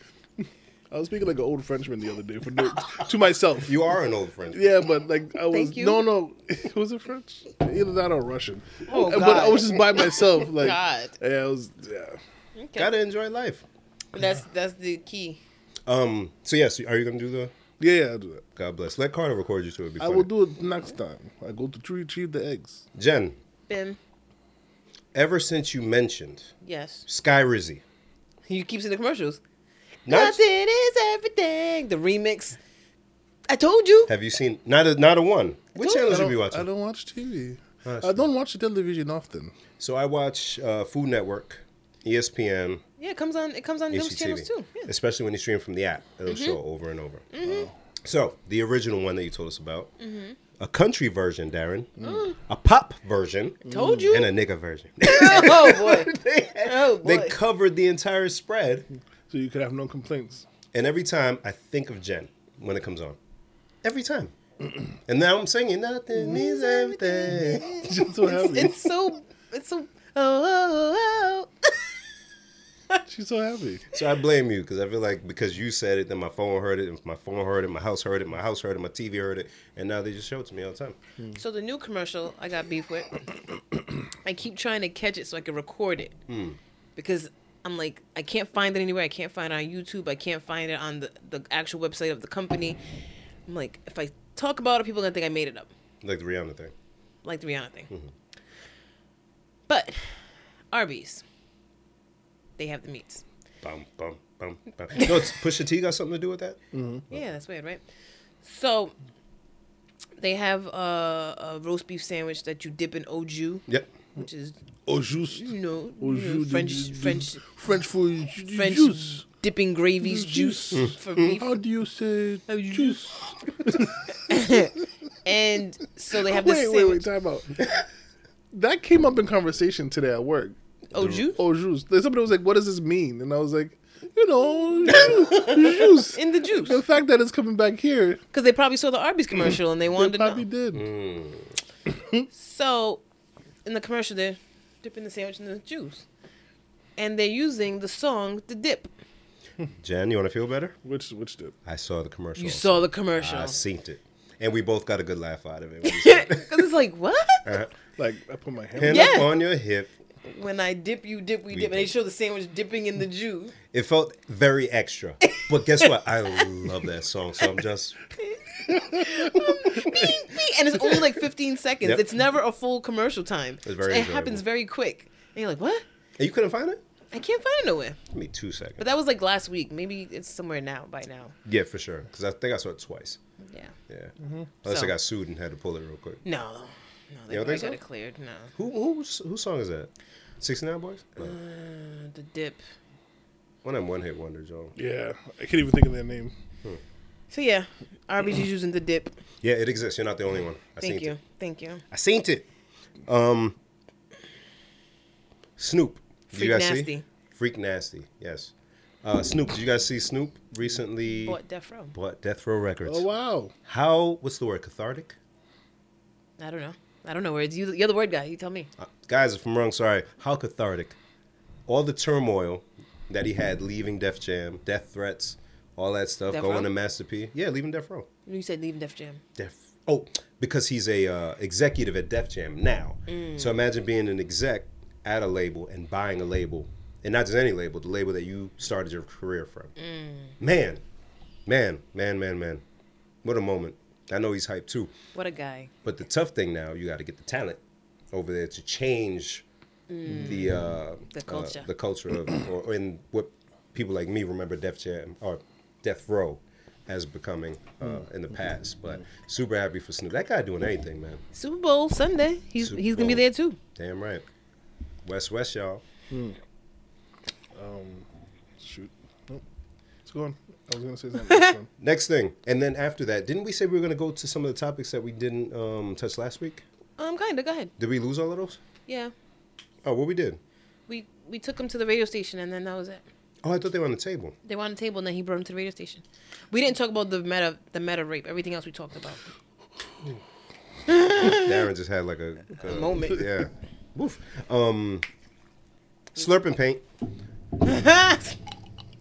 I was speaking like an old Frenchman the other day for no, to myself. You are an old friend. Yeah, but like I was Thank you. no no was it French? Either that or Russian. Uh, Oh, But I God. was just by myself. Like God. Yeah, I was yeah. Okay. Gotta enjoy life. That's that's the key. Um. So yes, are you gonna do the? Yeah, yeah, I'll do that. God bless. Let Carter record you to it. Be I funny. will do it next time. I go to tree retrieve the eggs. Jen, Bim. ever since you mentioned Yes. Sky Rizzy, He keeps in the commercials. not, Nothing is everything. The remix. I told you. have you seen not a not a one? What don't- channels I you be don't- I watching? don't watch TV. Oh, that's I don't watch television often. so I watch uh, Food Network, E ESPN, Yeah, it comes on. It comes on those channels HGTV, too. Yeah. Mm-hmm. especially when you stream from the app. It'll show over and over. So the original one that you told us about, Mm-hmm. a country version, Darren, Mm. a pop version, Told you. Mm. and a nigga version. oh boy. Oh boy. they covered the entire spread, So you could have no complaints. and every time I think of Jen when it comes on, every time. and now I'm singing Mm-hmm. nothing means everything. Just so happy. it's so. It's so. Oh, oh, oh. She's so happy. So I blame you because I feel like because you said it, then my phone heard it, and my phone heard it, my house heard it, my house heard it, my TV heard it, and now they just show it to me all the time. So the new commercial I got beef with, I keep trying to catch it so I can record it Hmm. because I'm like I can't find it anywhere. I can't find it on YouTube. I can't find it on the the actual website of the company. I'm like if I talk about it, people are gonna think I made it up, Like the Rihanna thing. like the Rihanna thing. Mm-hmm. But Arby's, they have the meats. Bum, bum, bum, bum. No, it's Pusha T got something to do with that? Yeah, that's weird, right? So they have a, a roast beef sandwich that you dip in au jus, Yep. which is Oh, Au Oh, juste. you know, you Au know, jus de- Mm, French de- French French food. French Juice. dipping gravies Juice. Mm. juice for beef. How do you say How you juice? And so they have this Wait, wait, wait. sandwich. Time out. That came up in conversation today at work. Oh, juice? Au juste. Then Somebody was like, "What does this mean?" And I was like, "You know, juice." juice. In the juice. The fact that it's coming back here, Because they probably saw the Arby's commercial and they Mm. they wanted to know. probably did. So in the commercial, they're dipping the sandwich in the juice. And they're using the song The Dip. Jen, you want to feel better? Which which did? I saw the commercial. You saw the commercial. I synced it. And we both got a good laugh out of it. Because it's like, what? Like I put my hand. Hand Yeah. up on your hip. When I dip, you dip, we, dip. And they dip. show the sandwich dipping in the juice. It felt very extra. But guess what? I love that song. So I'm just. And it's only like 15 seconds. Yep. It's never a full commercial time. It's very So it enjoyable. happens very quick. And you're like, what? And you couldn't find it? I can't find it nowhere. Give me two seconds. But that was like last week. Maybe it's somewhere now by now. yeah, for sure. Because I think I saw it twice. Yeah. Yeah. Unless Mm-hmm. So- I got sued and had to pull it real quick. No. No, they You don't probably think got so? it cleared. No. Who who's, whose song is that? 69 Boys? No. Uh, the dip. One of them one hit wonder, Joe. Yeah, I can't even think of their name. So yeah, RBG's using the dip. Yeah, it exists. You're not the only one. I Thank seen you. It. Thank you. I seen it. Um, Snoop. Did Freak you guys see? Nasty. Freak Nasty. Yes. Uh, Snoop. Did you guys see Snoop recently? Bought Death Row. Bought Death Row Records. Oh wow, How? What's the word? Cathartic. I don't know. I don't know words. You, you're the word guy. You tell me. Uh, guys, if I'm wrong, sorry. How cathartic. All the turmoil that he had leaving Def Jam, death threats, all that stuff, Death going Row? to Master P. Yeah, leaving Death Row. You said leaving Def Jam. Def. Oh, because he's a uh, executive at Def Jam now. So imagine being an exec at a label and buying a label, and not just any label, the label that you started your career from. Man, man, man, man, man. What a moment. I know he's hyped too. What a guy. But the tough thing now, you got to get the talent over there to change the uh, The uh, culture. the culture of, or, or in what people like me remember Def Jam or Death Row as becoming uh, in the past. But super happy for Snoop. That guy doing anything, man. Super Bowl Sunday. He's Super he's gonna be Bowl. there too. Damn right. West West, y'all. shoot, nope, Oh. it's gone. I was gonna say something. It's gone. Next thing, and then after that, didn't we say we were gonna go to some of the topics that we didn't um, touch last week? Um, kinda. Go ahead. Did we lose all of those? Yeah. Oh, what we did? We we took him to the radio station and then that was it. Oh, I thought they were on the table. They were on the table and then he brought him to the radio station. We didn't talk about the meta the meta rape. Everything else we talked about. Darren just had like a, a moment. Yeah. Woof. Um, slurping paint.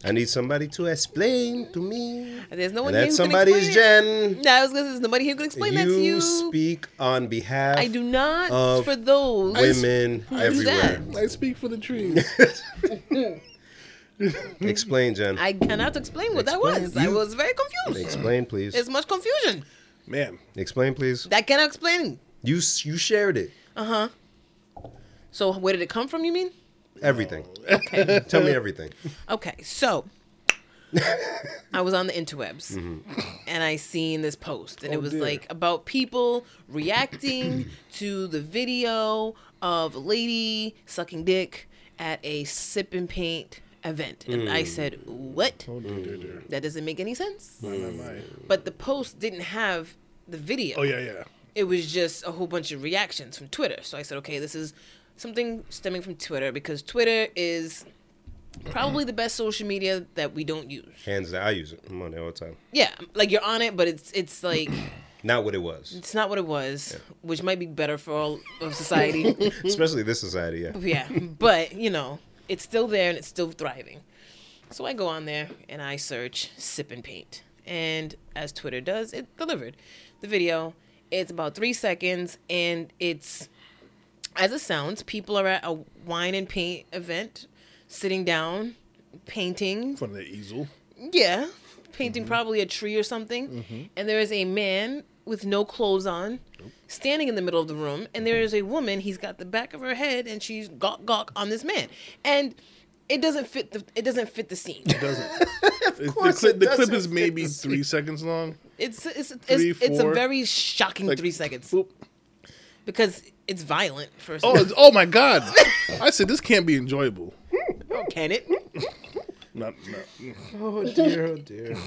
I need somebody to explain to me. There's no one And that here who somebody can is explain it. Jen. No, I was gonna say there's nobody here who can explain that to you. You speak on behalf I do not of for those. women does that? everywhere. I speak for the trees. Explain, Jen. I cannot explain what that Explain. was. I You- was very confused. Explain, please. There's much confusion. Man, Explain, please. That cannot explain. You s- you shared it. So where did it come from? You mean? Everything. Tell me everything. Okay, so I was on the interwebs and I seen this post, and Mm-hmm. Oh, it was dear. like about people reacting to the video of a lady sucking dick at a sip and paint event, and Hmm. I said, "What? oh dear, dear, dear. That doesn't make any sense." My, my, my. But the post didn't have the video. Oh yeah, yeah. it was just a whole bunch of reactions from Twitter. So I said, okay, this is something stemming from Twitter because Twitter is probably the best social media that we don't use. Hands down, I use it. I'm on there all the time. Yeah, like you're on it, but it's it's like Not what it was. it's not what it was, which might be better for all of society. Especially this society, yeah. yeah, but you know, it's still there and it's still thriving. So I go on there and I search sip and paint. And as Twitter does, it delivered the video. It's about three seconds and it's as it sounds, people are at a wine and paint event, sitting down, painting. From the easel. Yeah, Mm-hmm. painting probably a tree or something. And there is a man with no clothes on, standing in the middle of the room. And there is a woman. He's got the back of her head, and she's gawk gawk on this man. And it doesn't fit the it doesn't fit the scene. Doesn't. the course clip, it the clip doesn't is fit maybe the three seconds long. It's it's it's, Three, it's a four, very shocking like, three seconds Boop. because it's violent. First, Oh, oh, it's- oh my God! I said this can't be enjoyable. can it? Not, not Oh dear, oh dear.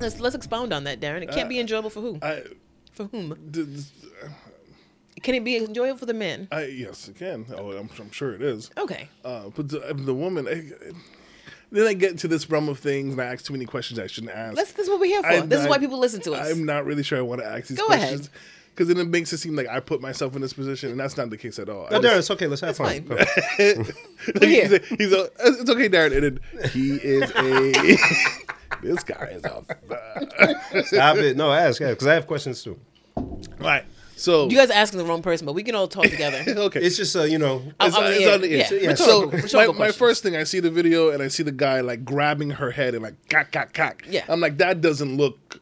Let's let's expound on that, Darren. It can't be enjoyable for who? Uh, I, for whom? th- th- Can it be enjoyable for the men? I yes, it can. Oh, I'm, I'm sure it is. Okay. Uh, but the, the woman. I, then I get to this realm of things, and I ask too many questions I shouldn't ask. That's this is what we're here for. I'm this is why not- people listen to us. I'm not really sure I want to ask these Go ahead. questions because then it makes it seem like I put myself in this position, and that's not the case at all. No, I just- Oh, Darren, it's okay. Let's have fun. fine. Come on. Like, here. he's, a, he's a, it's okay, Darren. And then he is a. this guy is a. Stop it. No, ask because I have questions too. All right. So. You guys are asking the wrong person, but we can all talk together. okay. It's just uh, you know. I'll- It's- I'll- it's yeah, on the- yeah. Rhetorical- so- So my, rhetorical my questions. first thing, I see the video and I see the guy like grabbing her head and like cock, cock, cock. Yeah. I'm like, that doesn't look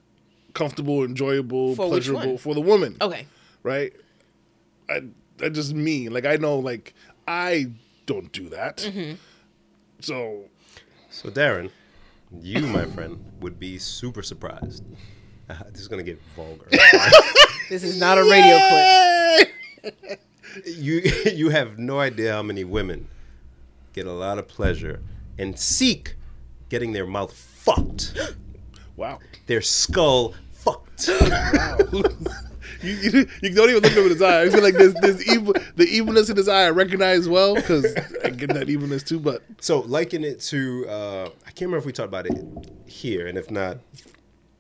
comfortable, enjoyable, For which pleasurable one? for the woman. Okay. right? I that just me. Like I know, like I don't do that. Mm-hmm. So So Darren, you, my friend, would be super surprised. Ah, this is gonna get vulgar. This is not a radio clip. you you have no idea how many women get a lot of pleasure and seek getting their mouth fucked, Wow. their skull fucked. You, you, you don't even look him in his eye. I feel like there's, there's evil, the evilness in his eye I recognize well because I get that evilness too. But So liken it to uh, I can't remember if we talked about it here, and if not,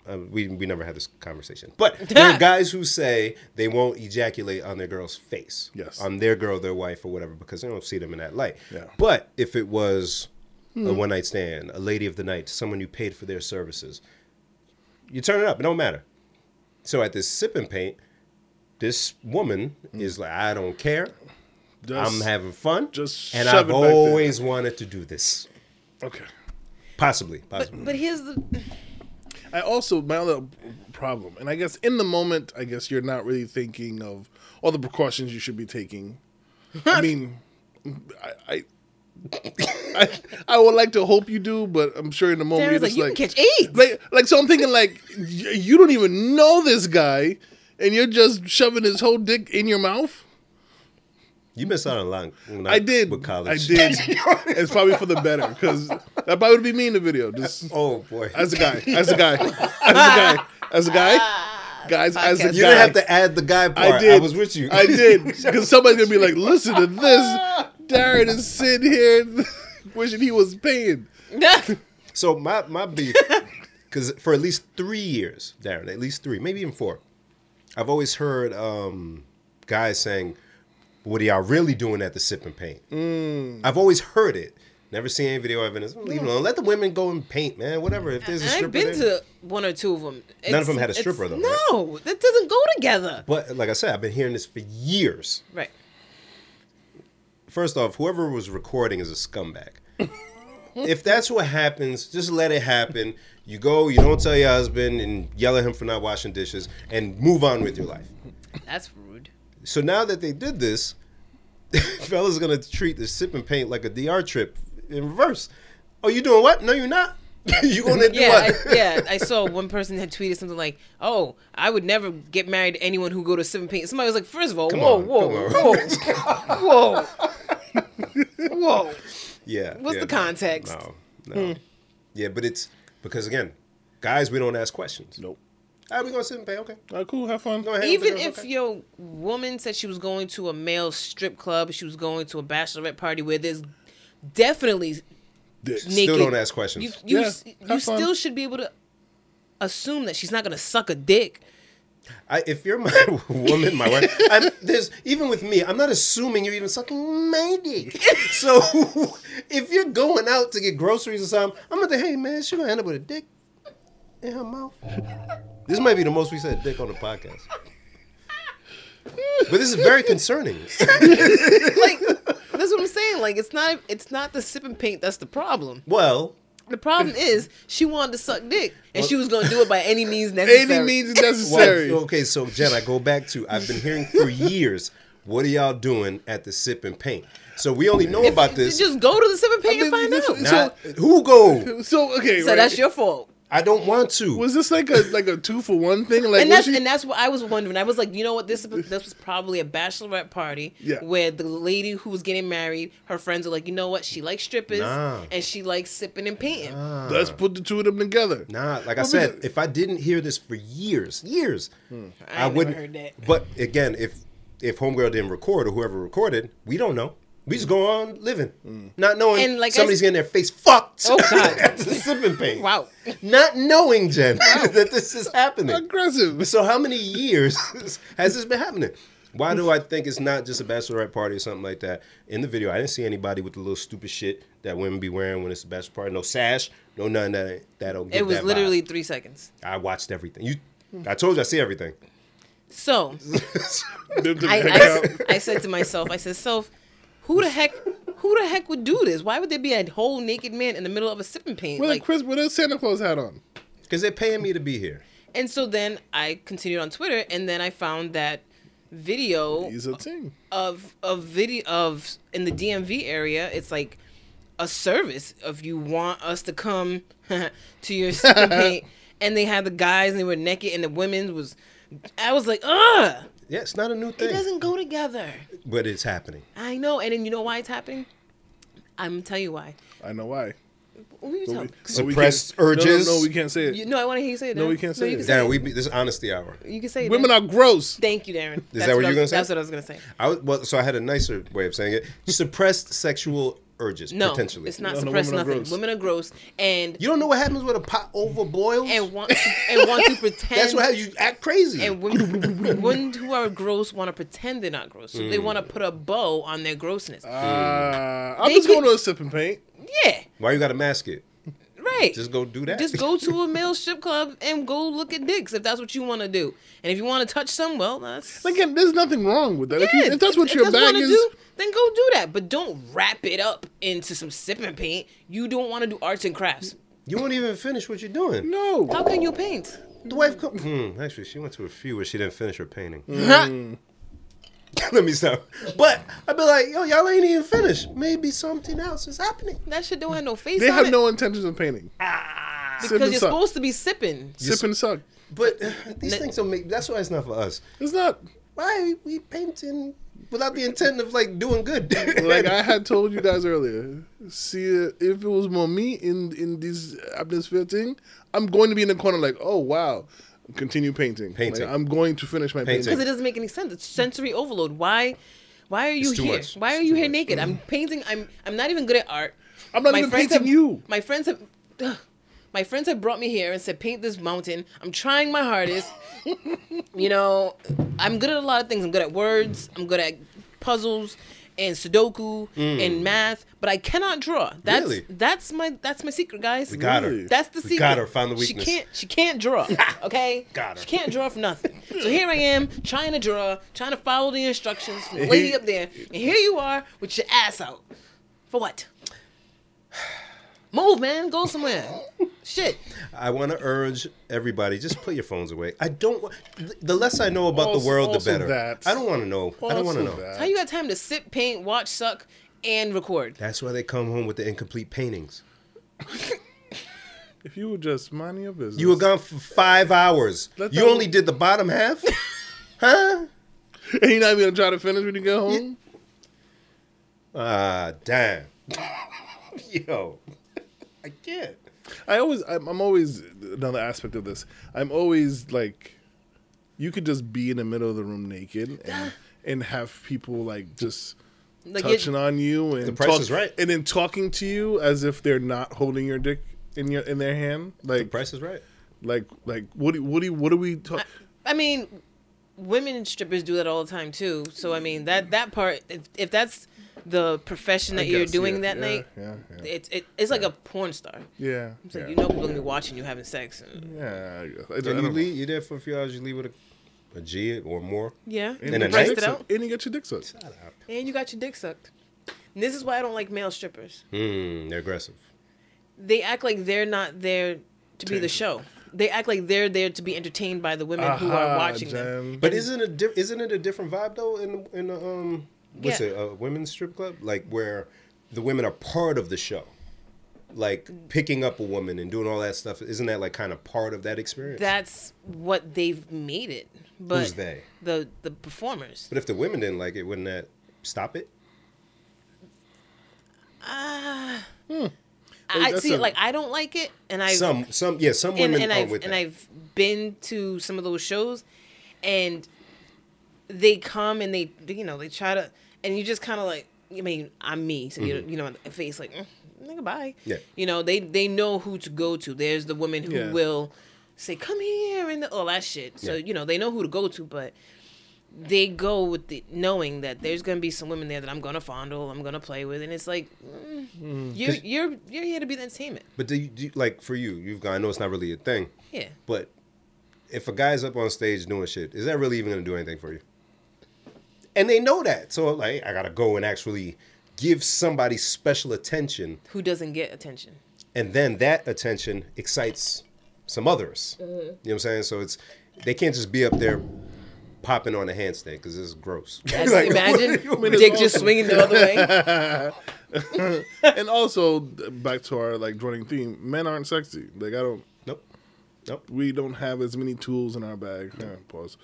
uh, we we never had this conversation. But there are guys who say they won't ejaculate on their girl's face, Yes. on their girl, their wife, or whatever, because they don't see them in that light. Yeah. But if it was a one night stand, a lady of the night, someone you paid for their services, you turn it up. It don't matter. So at this sip and paint, this woman Hmm. is like, I don't care. just, I'm having fun. just and shove I've it back there. always wanted to do this. okay. Possibly, possibly. But, but here's the I also my other problem, and I guess in the moment, I guess you're not really thinking of all the precautions you should be taking. I mean, I, I, I, I would like to hope you do, but I'm sure in the moment Darren's you're like, just you can like, catch AIDS. like, like, so I'm thinking like, y- you don't even know this guy, and you're just shoving his whole dick in your mouth. you missed out on a lot. when I did. With college. I did. it's probably for the better because that probably would be me in the video. Just Oh boy. as a guy, as a guy, as a guy, as a guy, guys, as a guy. Ah, Podcast. you didn't have to add the guy part. I did. I was with you. I did because somebody's gonna be like, "Listen to this, Darren is sitting here wishing he was paying." so my my beef, because for at least three years, Darren, at least three, maybe even four, I've always heard um, guys saying, "What are y'all really doing at the sip and paint?" Mm. I've always heard it. Never seen any video evidence. Leave it alone. Let the women go and paint, man. Whatever. If there's a and stripper, I've been there- to one or two of them. of them had a stripper, though, right? No, that doesn't go together. but like I said, I've been hearing this for years. Right. first off, whoever was recording is a scumbag. if that's what happens, just let it happen. You go, you don't tell your husband and yell at him for not washing dishes and move on with your life. That's rude. So now that they did this, fella's gonna treat the sip and paint like a DR trip in reverse. Oh, you doing what? No, you're not. you gonna do Yeah, what? I, yeah. I saw one person had tweeted something like, "Oh, I would never get married to anyone who go to seven paint." Somebody was like, first of all, whoa, on, whoa, come whoa, whoa, whoa." Yeah. What's yeah, no, the context? Hmm. No, no. Yeah, but it's because again, guys, we don't ask questions. Nope. Ah, we gonna sit and pay? Okay. All right, cool. Have fun. Go ahead. Even Okay. if your woman said she was going to a male strip club, she was going to a bachelorette party where there's definitely Dicks. naked. don't ask questions. You you, Yeah, s- have you fun. still should be able to assume that she's not going to suck a dick. I, if you're my woman, my wife, I'm, there's even with me, I'm not assuming you're even sucking my dick. So if you're going out to get groceries or something, I'm gonna think, hey man, she gonna end up with a dick in her mouth. This might be the most we said dick on the podcast. But this is very concerning. Like that's what I'm saying. Like it's not it's not the sipping paint that's the problem. well, The problem is she wanted to suck dick and she was gonna do it by any means necessary. Any means well, necessary. okay, so Jen, I go back to I've been hearing for years, what are y'all doing at the sip and paint? So we only know about this. Just go to the sipping paint I mean, and this- find out. so- Not- who go? So okay, So right? that's your fault. I don't want to. Was this like a like a two for one thing? Like and was that's she, and that's what I was wondering. I was like, you know what? This this was probably a bachelorette party Yeah. where the lady who was getting married, her friends are like, you know what? She likes strippers Nah. and she likes sipping and painting. let's put the two of them together. Nah, like I Well, said, because- if I didn't hear this for years, years, Hmm, I I, ain't never wouldn't. heard that. But again, if if Homegirl didn't record or whoever recorded, we don't know. We just go on living, Hmm. not knowing And like I somebody's s- getting their face fucked. Oh, God. at the sipping pain. Wow. Not knowing, Jen, that this is happening. Aggressive. So how many years has this been happening? Why do I think it's not just a bachelorette party or something like that? In the video, I didn't see anybody with the little stupid shit that women be wearing when it's a bachelor party. No sash, no nothing that that'll get It was that vibe. literally three seconds. I watched everything. You, I told you I see everything. So Them to I, hang out. I, I said to myself, I said, self, who the heck, who the heck would do this? Why would there be a whole naked man in the middle of a sipping paint? with Like, a Chris with a Santa Claus hat on. Because they're paying me to be here. and so then I continued on Twitter, and then I found that video He's a thing. of of video of in the DMV area. It's like a service if you want us to come to your sipping paint, and they had the guys and they were naked, and the women was. I was like, ugh, Yeah, it's not a new it thing, doesn't go together. but it's happening. I know, and then you know why it's happening. I'm gonna tell you why. I know why. What are you We- talking? no, we Suppressed can't- no, urges. No, no, we can't say it. You, no, I want to hear you say it. No, Darren. we can't say you it. Can say Darren, we be, this is honesty hour. it. You can say it. Women Darren. are gross. Thank you, Darren. Is that what you going were to gonna say? That's what I was gonna say. I was, well, so I had a nicer way of saying it. Suppressed sexual urges, No, potentially. it's not No, no, suppress women are nothing. gross. Women are gross and You don't know what happens when a pot over boils. and want to, and want to pretend. That's what how you act crazy. and women, women who are gross want to pretend they're not gross. So They Mm. want to put a bow on their grossness. Uh, I'm They just can- going to a sip and paint. yeah, Why you got to mask it? right. Just go do that. Just go to a male strip club and go look at dicks if that's what you want to do. And if you want to touch some, well, that's And Again, there's nothing wrong with that. if, you, Yeah, if that's what if your that's you bag wanna is, do, then go do that. But don't wrap it up into some sipping paint. You don't want to do arts and crafts. You won't even finish what you're doing. no. How can you paint? The wife come. Hmm, actually, she went to a few where she didn't finish her painting. Mm. Let me stop. But I'd be like, yo, y'all ain't even finished. Maybe something else is happening. that shit don't have no face They on have it no intentions of painting. sip because and you're suck. supposed to be sipping. Sip and suck. But uh, these things don't make. That's why it's not for us. It's not. Why we painting without the intent of like doing good? Like I had told you guys earlier. See, uh, if it was more me in in this atmosphere thing, I'm going to be in the corner like, oh wow, continue painting. Painting. Like, I'm going to finish my Painting. painting. Because it doesn't make any sense. It's sensory overload. Why? Why are you Mm. It's too here? much. Why are It's you too here much. Mm. naked? I'm painting. I'm. I'm not even good at art. I'm not My even friends have- painting you. My friends have. ugh. my friends have brought me here and said, paint this mountain. I'm trying my hardest. you know, I'm good at a lot of things. I'm good at words. I'm good at puzzles and Sudoku and math, but I cannot draw. That's Mm. Really? that's my that's my secret, guys. We got her. Really? That's the We secret. got her. Found the She weakness. can't. She can't draw. Okay. Got her. She can't draw for nothing. So here I am trying to draw, trying to follow the instructions from the lady up there, and here you are with your ass out. For what? Move, man. Go somewhere. Shit. I want to urge everybody: just put your phones away. I don't. wa- th- The less I know about the Also- world, the also better. that. I don't want to know. I don't want to Also know. that. How you got time to sit, paint, watch, suck, and record? That's why they come home with the incomplete paintings. If you would just mind your business, You were gone for five hours. Let you that- only did the bottom half, huh? And you're not even gonna try to finish when you get home. Ah, damn. Yo, I can't. I always, I'm, I'm always another aspect of this. I'm always like, you could just be in the middle of the room naked and and have people like just Like you're- touching on you and The Price is Right. and then talking to you as if they're not holding your dick in your in their hand. Like Price is right. Uh, like like what do, what do, what are we talking? I mean, women strippers do that all the time too. So I mean that that part, if, if that's the profession that I you're guess, doing yeah, that yeah, night, Yeah, yeah. it's it, it's like a porn star. yeah, It's like yeah. you know people gonna be watching you having sex. Yeah, I guess. I don't- I And you don't know. leave, you're there for a few hours. You leave with a, a G or more. Yeah, In and, And a you you get night? rest your it dick out, sucked- And you get your dick sucked. Shut up. and you got your dick sucked. And this is why I don't like male strippers. Mm, they're aggressive. They act like they're not there to be the show. They act like they're there to be entertained by the women who Aha, are watching them. Jen. But isn't it di- isn't it a different vibe though in the, in the, um what's Yeah. it a women's strip club like where the women are part of the show, like picking up a woman and doing all that stuff. Isn't that like kind of part of that experience? That's what they've made it. But Who's they? The the performers. but if the women didn't like it, wouldn't that stop it? I that's see. a- like I don't like it, and I some some yeah some and, women and are I've with and that. I've been to some of those shows, and they come and they you know they try to and you just kind of like I mean I'm me so you you know a face like mm, nigga bye Mm-hmm. Yeah. you know they they know who to go to. There's the women who Yeah. will say come here and all that shit. So Yeah. you know they know who to go to, but. They go with the knowing that there's gonna be some women there that I'm gonna fondle, I'm gonna play with, and it's like, mm, you're you're you're here to be the entertainment. But do you, do you like for you? You've got I know it's not really a thing, Yeah. but if a guy's up on stage doing shit, is that really even gonna do anything for you? And they know that, so like I gotta go and actually give somebody special attention, who doesn't get attention. and then that attention excites some others. Mm-hmm. You know what I'm saying? So it's they can't just be up there popping on a handstand because it's gross. As Like, imagine what do you mean? dick just swinging the other way. and also back to our like running theme men aren't sexy like i don't nope, nope. we don't have as many tools in our bag eh, pause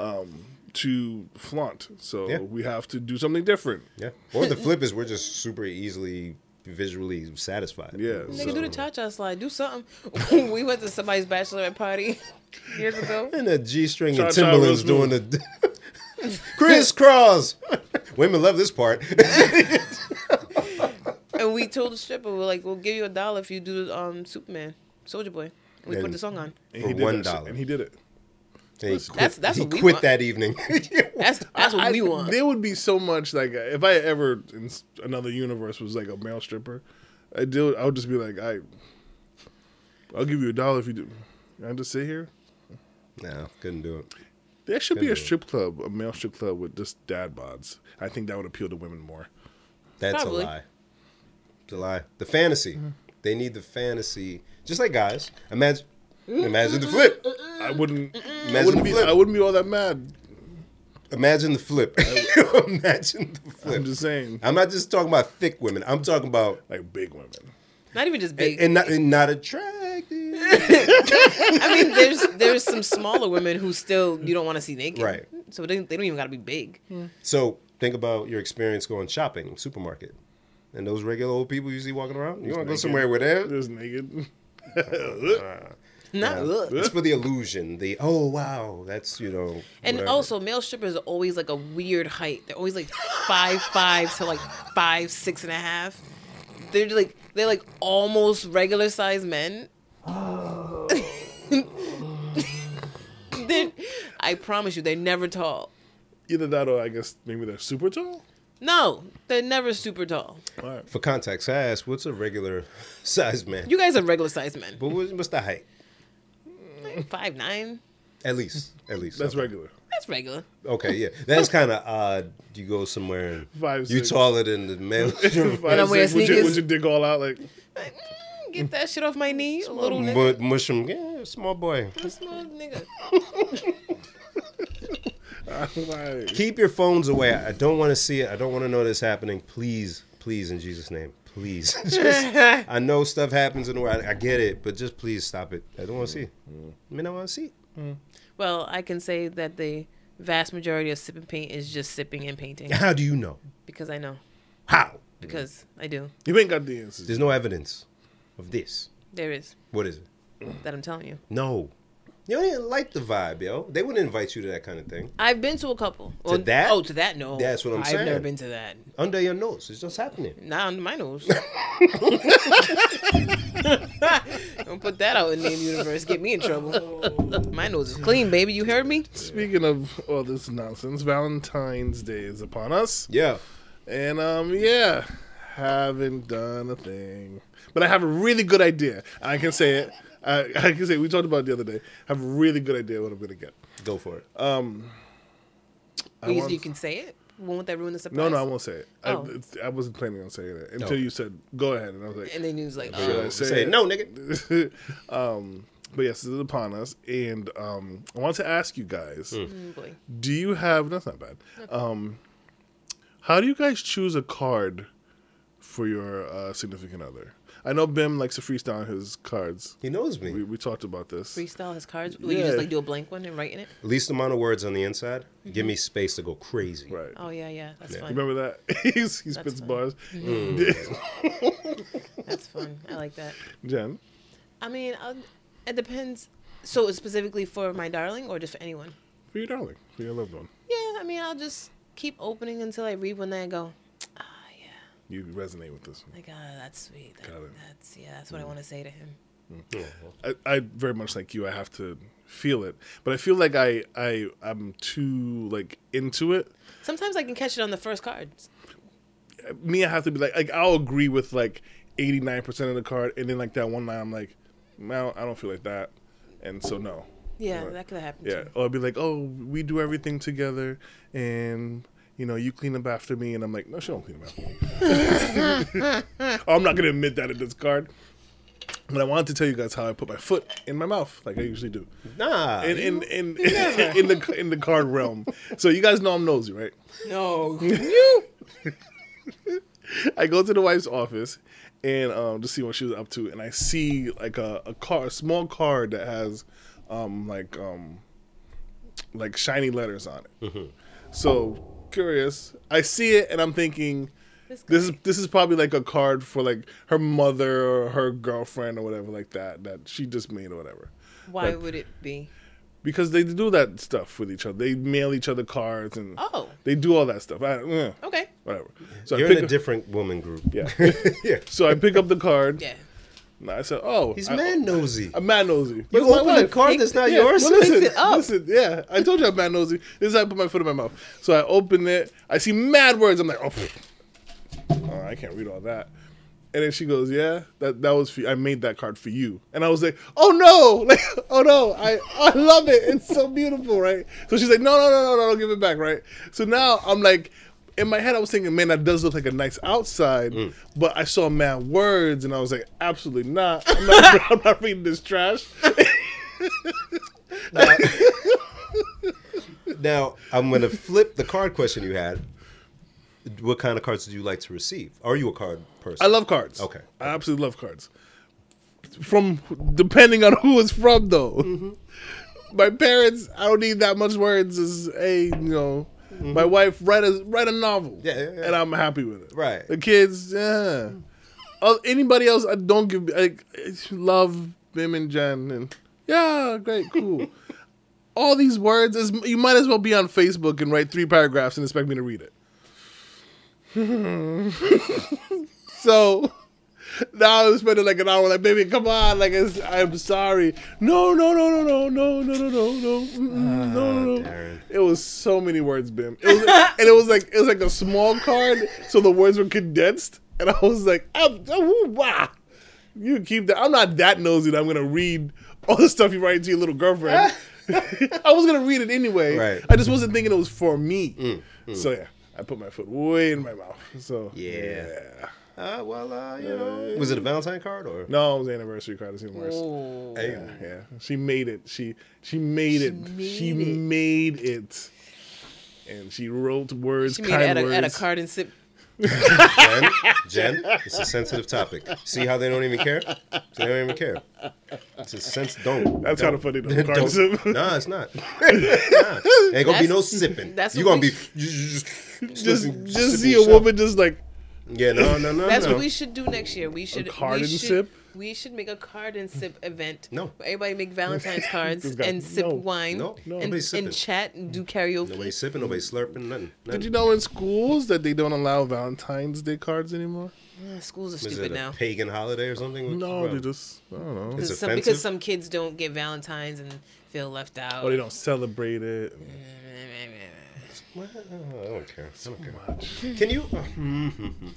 um to flaunt so Yeah. we have to do something different Yeah. Or the flip is we're just super easily visually satisfied. yeah Nigga, do the so. cha cha slide. Do something. we went to somebody's bachelorette party years ago. And a G string and Cha-cha Timberlands was doing the crisscross. Women love this part. And we told the stripper, we're like, we'll give you a dollar if you do um, Superman, Soldier Boy. And we put And- the song on. And For he did one that shit, dollar. and he did it They quit, That's- that's he what we quit want. that evening. That's that's what I- we want. there would be so much like if i ever in s- another universe was like a male stripper i do i would just be like i i'll give you a dollar if you do i just sit here no, couldn't do it. There should be Couldn't a do it. strip club, a male strip club with just dad bods. I think that would appeal to women more. That's Probably. Mm-hmm. a lie. It's a lie. The fantasy. They need the fantasy. Just like guys. Imagine imagine the flip. I wouldn't. I Imagine wouldn't the be. flip. I wouldn't be all that mad. Imagine the flip. imagine the flip. I'm just saying, I'm not just talking about thick women. I'm talking about like big women. Not even just and, big. and not and not attractive. I mean, there's there's some smaller women who still you don't want to see naked. Right. Hmm. So they, they don't even got to be big. So think about your experience going shopping, supermarket, and those regular old people you see walking around. You want to go naked. somewhere with them? Just naked. Not look. It's for the illusion. The oh wow, that's you know. And whatever. also, male strippers are always like a weird height. They're always like five five to like five six and a half. They're just, like they're like almost regular sized men. They're- I promise you, they're never tall. Either that, or I guess maybe they're super tall. No, they're never super tall. All right. for context, I asked, what's a regular size man? You guys are regular sized men. but what- what's the height? Five nine. At least, at least. That's okay. regular. That's regular. Okay, yeah, that's kind of odd. You go somewhere and Five, you six. taller than the male. If I And I'm said, wearing would you, would sneakers. you dig all out? Like Like, mm, get that shit off my knee, little nigga. But mushroom, yeah, small boy. Small nigga. I'm like, Keep your phones away. I don't want to see it. I don't want to know this happening. Please, please, in Jesus' name, please. Just- I know stuff happens in the world. I, I get it, but just please stop it. I don't want to see. It. I mean, I want to see. It. Well, I can say that the vast majority of sipping paint is just sipping and painting How do you know? because I know How? because I do. you ain't got the answers. There's no evidence of this. There is What is it? that I'm telling you. No, You don't even like the vibe, yo. They wouldn't invite you to that kind of thing. I've been to a couple. To that? Oh, to that? No. That's what I'm I've never saying. been to that. Under your nose, it's just happening. Not on my nose. Don't put that out in the universe. Get me in trouble. My nose is clean, baby. You heard me? Speaking of all this nonsense, Valentine's Day is upon us, Yeah. and um, yeah, haven't done a thing, but I have a really good idea. I can say it. I, I can say it. we talked about it the other day. I have a really good idea what I'm gonna get. Go for it. Uh, You, want- you can say it. Won't that ruin the surprise? No, no, I won't say it. Oh. I, I wasn't planning on saying it until Oh. you said go ahead, and I was like, And then you was like, Should oh, I Uh, say, say- no, nigga. um, but yes, this is upon us, and um, I want to ask you guys: mm, boy. Do you have? That's not bad. Um, how do you guys choose a card for your uh, significant other? I know Bim likes to freestyle his cards. He knows me. We, we talked about this. Freestyle his cards. Will you just Yeah. like do a blank one and write in it? Least amount of words on the inside. Give me space to go crazy. Right. Oh yeah, yeah. That's fun. Remember that? He's, he spits fine. bars. That's fun. I like that. Jen, I mean, i it depends. So it's specifically for my darling or just for anyone? for your darling, for your loved one, Yeah, I mean, I'll just keep opening until I read one that I go, ah, yeah, you resonate with this. one. like, ah, that's sweet. That- Got it. Mm. That's, yeah, that's what I want to say to him. I, I very much like you. I have to feel it, but I feel like I I I'm too like into it. Sometimes I can catch it on the first card. Me, I have to be like like I'll agree with like eighty nine percent of the card, and then like that one line, I'm like, "Mm, I don't, I don't feel like that, and so no, Yeah, Right. that could happen. yeah. Too. Or I'll be like, oh, we do everything together, and you know you clean up after me, and I'm like, no, she don't clean up after me. oh, I'm not gonna admit that in this card. But I wanted to tell you guys how I put my foot in my mouth, like I usually do. Nah. in in in, in the in the card realm. So you guys know I'm nosy, right? No. I go to the wife's office and um, to see what she was up to, and I see like a a, car, a small card that has um, like um, like shiny letters on it. Mm-hmm. So curious, I see it and I'm thinking. This guy. This is this is probably like a card for like her mother or her girlfriend or whatever like that that she just made or whatever. Why But- would it be? because they do that stuff with each other. They mail each other cards and Oh. they do all that stuff. I, eh, Okay. whatever. So You're I pick in a up, different woman group. yeah. yeah. so I pick up the card. Yeah. And I said, "Oh, He's I, mad nosy. I'm mad nosy. But You it's my open a wife. card that's not Yeah, yours? well, listen, Fix it up. listen, yeah. I told you I'm mad nosy. This is how I put my foot in my mouth. So I open it. I see mad words. I'm like, oh, pfft. Oh, I can't read all that. And then she goes, yeah, that that was for you. I made that card for you. And I was like, oh no, like, oh no, I I love it. It's so beautiful, right? So she's like, no, no, no, no, no, don't give it back, right? So now I'm like. In my head, I was thinking, man, that does look like a nice outside, Mm. but I saw mad words, and I was like, absolutely not. I'm not, I'm not reading this trash. Now, now, I'm going to flip the card question you had. What kind of cards do you like to receive? Are you a card person? I love cards. Okay. I absolutely love cards. From depending on who it's from, though. Mm-hmm. My parents, I don't need that much words. As a you know, my wife write a write a novel. Mm-hmm. Yeah, yeah, yeah. and I'm happy with it. Right. Mm. The kids, yeah. Oh, anybody else? I don't give. I, I love Bim and Jen, and yeah, great, cool. All these words is you might as well be on Facebook and write three paragraphs and expect me to read it. So now I'm spending like an hour, like, baby, come on, like, it's, I'm sorry. No, no, no, no, no, no, no, no, no, no, mm, mm, no, no, no. Ah, Darren. It was so many words, Bim. It was, and it was like it was like a small card, so the words were condensed, and I was like, I'm, oh, wow. You keep that. I'm not that nosy that I'm gonna read all the stuff you write to your little girlfriend. I was gonna read it anyway. Right. Mm, I just wasn't thinking it was for me. So yeah, I put my foot way in my mouth. So Yeah. Uh, well, uh, you know. Was it a Valentine card or? no, it was the anniversary card. It's even worse. Oh. Hey, Yeah, yeah. She made it. She she made it. she made it. made it. And she wrote words, She made kind it at a, words. at a card and sip. Jen, Jen, it's a sensitive topic. See how they don't even care? They don't even care. It's a sense. Don't. That's don't. kind of funny though. Card Don't- sip. Nah, it's not. Nah. Ain't gonna be That's- no sipping. that's you what gonna we- be you just just sipping- just sipping see a stuff. woman just like Yeah, no, no, no, That's no. what we should do next year. We should card we and should, sip? We should make a card and sip event. No. where everybody make Valentine's cards This guy- and sip no, wine. no, no. and, Nobody's sipping. and chat and do karaoke. Nobody sipping, nobody slurping, nothing. nothing. Did you know in schools that they don't allow Valentine's Day cards anymore? Ugh, Ah, schools are Is it stupid a now. pagan holiday or something? What's No, wrong? they just I don't know. It's Because some, offensive? because some kids don't get Valentine's and feel left out. Oh, they don't celebrate it. Well, I don't care. I don't care. Can you? uh,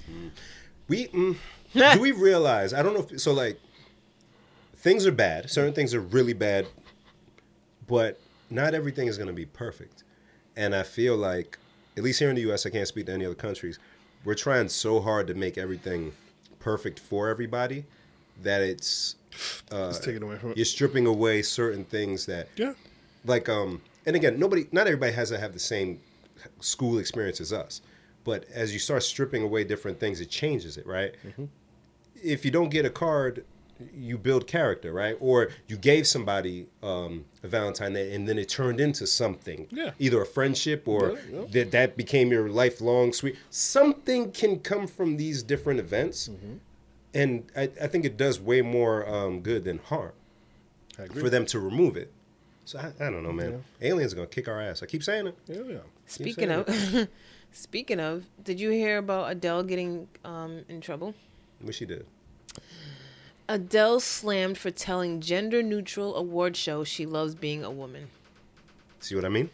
we mm, do we realize? I don't know. if So like, things are bad. Certain things are really bad, but not everything is going to be perfect. And I feel like, at least here in the U.S., I can't speak to any other countries. We're trying so hard to make everything perfect for everybody that it's Let's take it away from you're it. stripping away certain things that Yeah. like um and again nobody not everybody has to have the same school experience as us but as you start stripping away different things it changes it right if you don't get a card you build character right or you gave somebody um, a valentine Day and then it turned into something Yeah. either a friendship or Yeah, yeah. that that became your lifelong sweet something can come from these different events and I, I think it does way more um, good than harm I agree. for them to remove it. So I, I don't know, man. Aliens are gonna kick our ass. I keep saying it. Yeah, yeah. Speaking saying of, speaking of, did you hear about Adele getting um, in trouble? Wish she did. Adele slammed for telling gender neutral award show she loves being a woman. See what I mean?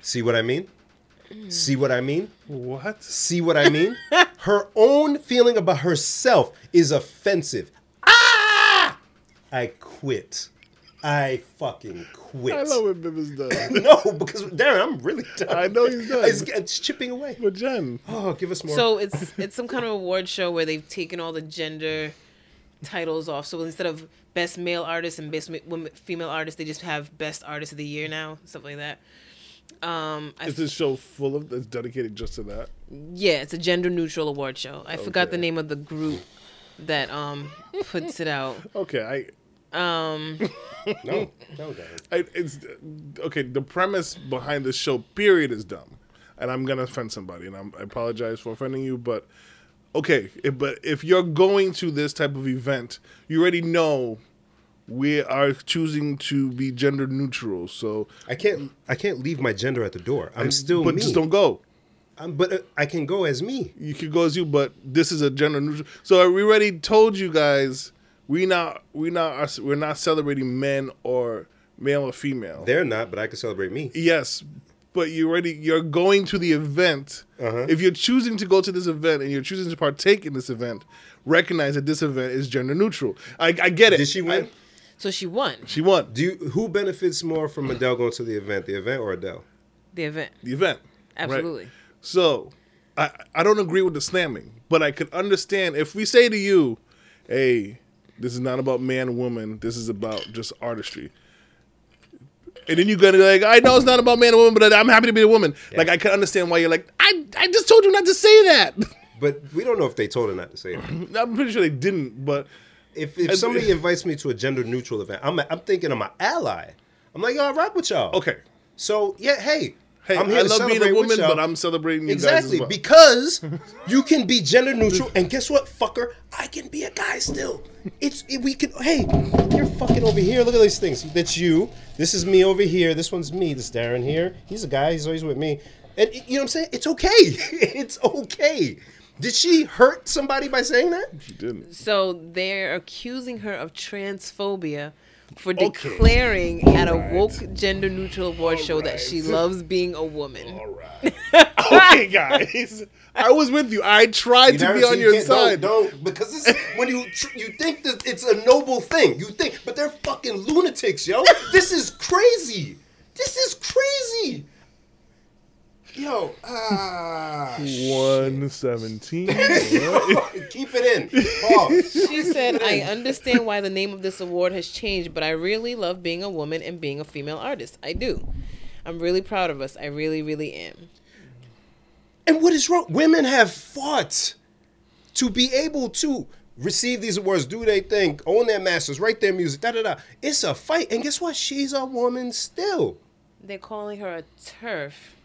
See what I mean? See what I mean? What? See what I mean? Her own feeling about herself is offensive. Ah! I quit. I fucking quit. I love what Bib has done. No, because Darren, I'm really done. I know he's done. It's, it's chipping away. but Jen, Oh, give us more. So it's it's some kind of award show where they've taken all the gender titles off. So instead of best male artist and best women, female artist, they just have best artist of the year now, stuff like that. Um, I is this show full of that's dedicated just to that? Yeah, it's a gender neutral award show. I forgot the Okay. name of the group that um puts it out. Okay, Um no, no, Darren. I, I it's okay. The premise behind this show, period, is dumb, and I'm gonna offend somebody, and I'm, I apologize for offending you, but okay, if, but if you're going to this type of event, you already know we are choosing to be gender neutral, so I can't. I can't leave my gender at the door. I'm still but me. just don't go. Um, but uh, I can go as me. you could go as you, but this is a gender neutral. So we already told you guys we not we not we're not celebrating men or male or female. They're not, but I can celebrate me. yes, but you already you're going to the event. Uh-huh. If you're choosing to go to this event and you're choosing to partake in this event, recognize that this event is gender neutral. I, I get it. Did she win? I- so she won she won Do you, who benefits more from Adele going to the event, the event or Adele? the event. the event. right? Absolutely. So I, I don't agree with the slamming, but I could understand if we say to you, hey, this is not about man and woman, this is about just artistry. And then you're gonna be like, I know it's not about man and woman, but I'm happy to be a woman. Like I can understand why you're like, I, I just told you not to say that. But we don't know if they told her not to say it. I'm pretty sure they didn't, but If, if somebody invites me to a gender neutral event, I'm, I'm thinking I'm an ally. I'm like, y'all rock with y'all. okay. So yeah, hey, Hey, I'm i here to love being celebrate a with woman, y'all. but I'm celebrating you exactly guys as well. because you can be gender neutral, and guess what, fucker? I can be a guy still. It's it, we can. Hey, you're fucking over here. Look at these things. That's you. This is me over here. This one's me. This Darren here. He's a guy. He's always with me. And y- you know what I'm saying? It's okay. it's okay. Did she hurt somebody by saying that? You didn't. So they're accusing her of transphobia for Okay. declaring at a woke gender neutral award show that she right. loves being a woman. All right. okay, guys. I was with you. I tried to be on your side. No, because this, when you tr- you think that it's a noble thing, you think, but they're fucking lunatics, yo. this is crazy. This is crazy. Yo, ah, 117. keep it in. Pause. She said, I understand why the name of this award has changed, but I really love being a woman and being a female artist. I do. I'm really proud of us. I really, really am. And what is wrong? Women have fought to be able to receive these awards, do they think, own their masters, write their music, da da da. It's a fight, and guess what? She's a woman still. They're calling her a turf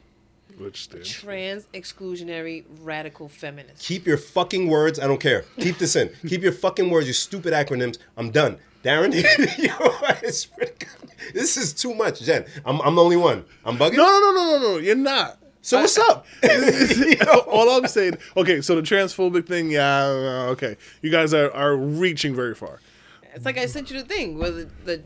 Which did. Trans exclusionary radical feminist. Keep your fucking words. I don't care. Keep this in. Keep your fucking words. Your stupid acronyms. I'm done. Darren, yo, it's pretty good. this is too much, Jen. I'm, I'm the only one. I'm bugging. No, no, no, no, no, no. You're not. So what's up? All I'm saying, okay, so the transphobic thing, yeah, uh, okay. You guys are, are reaching very far. It's like I sent you the thing where the, the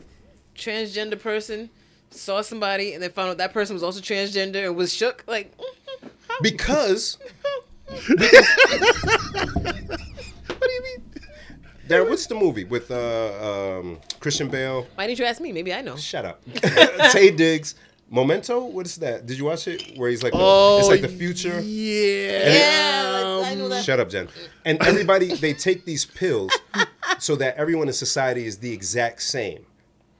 transgender person saw somebody and they found out that person was also transgender and was shook. Like, mhm, how? because What do you mean? Darren, what's the movie with uh, um, Christian Bale? why didn't you ask me? Maybe I know. Shut up. Tay Diggs. Memento. What is that? Did you watch it? Where he's like, the, it's like the Oh, future. Yeah. Yeah, like, I know that. Shut up, Jen. And everybody, they take these pills so that everyone in society is the exact same,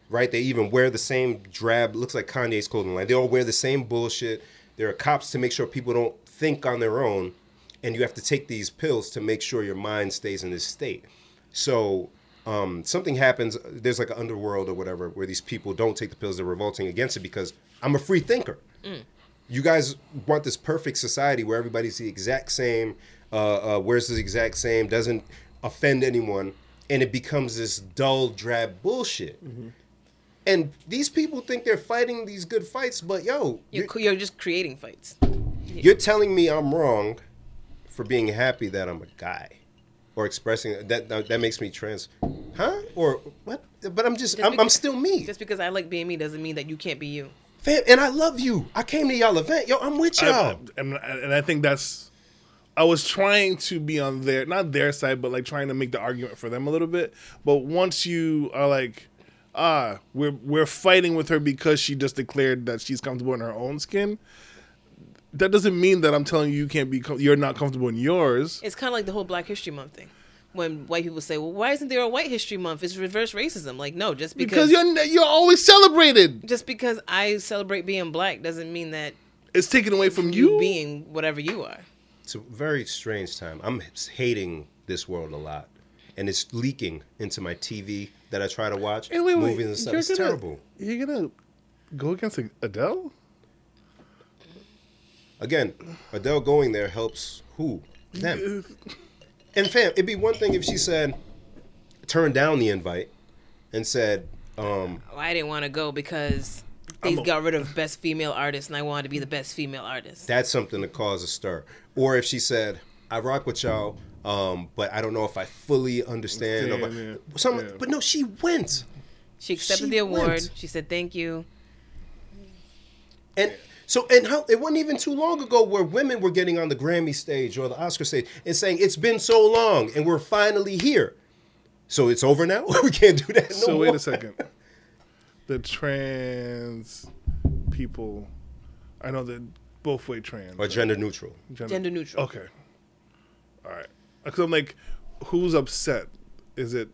right? They even wear the same drab, looks like Kanye's clothing line. They all wear the same bullshit. There are cops to make sure people don't think on their own, and you have to take these pills to make sure your mind stays in this state. So um, something happens. There's like an underworld or whatever where these people don't take the pills. They're revolting against it because I'm a free thinker you guys want this perfect society where everybody's the exact same, uh, uh, wears the exact same, doesn't offend anyone, and it becomes this dull, drab bullshit. Mm-hmm. And these people think they're fighting these good fights, but yo, You're, you're, co- you're just creating fights. you're telling me I'm wrong for being happy that I'm a guy. Or expressing that, that that makes me trans, huh? Or what? But I'm just, I'm, I'm because- still me, Just because I like being me doesn't mean that you can't be you. Fam, and I love you. I came to y'all event, yo. I'm with y'all. And, and I think that's. I was trying to be on their, not their side, but like trying to make the argument for them a little bit. But once you are like, ah, we're we're fighting with her because she just declared that she's comfortable in her own skin. That doesn't mean that I'm telling you you can't be, com- you're not comfortable in yours. It's kind of like the whole Black History Month thing. When white people say, well, why isn't there a White History Month? It's reverse racism. Like, no, just because, Because you're you're always celebrated. just because I celebrate being black doesn't mean that It's taken away from you you. being whatever you are. It's a very strange time. I'm hating this world a lot, and it's leaking into my TV that I try to watch. Hey, wait, wait, movies and stuff. you're It's gonna- terrible. You're gonna go against Adele? Again, Adele going there helps who them. And fam, it'd be one thing if she said, turned down the invite, and said, um, Well, I didn't want to go because they got rid of best female artist, and I wanted to be the best female artist. that's something to cause a stir. Or if she said, I rock with y'all, um, but I don't know if I fully understand. or- Understand, yeah. Some, Yeah. But no, she went. She accepted She the award. went. She said thank you. And so, and how it wasn't even too long ago where women were getting on the Grammy stage or the Oscar stage and saying, "It's been so long, and we're finally here." So it's over now. we can't do that. No so more. wait a second. The trans people, I know that both way trans. Or gender neutral. Gender neutral. Okay. All right. Because I'm like, who's upset? Is it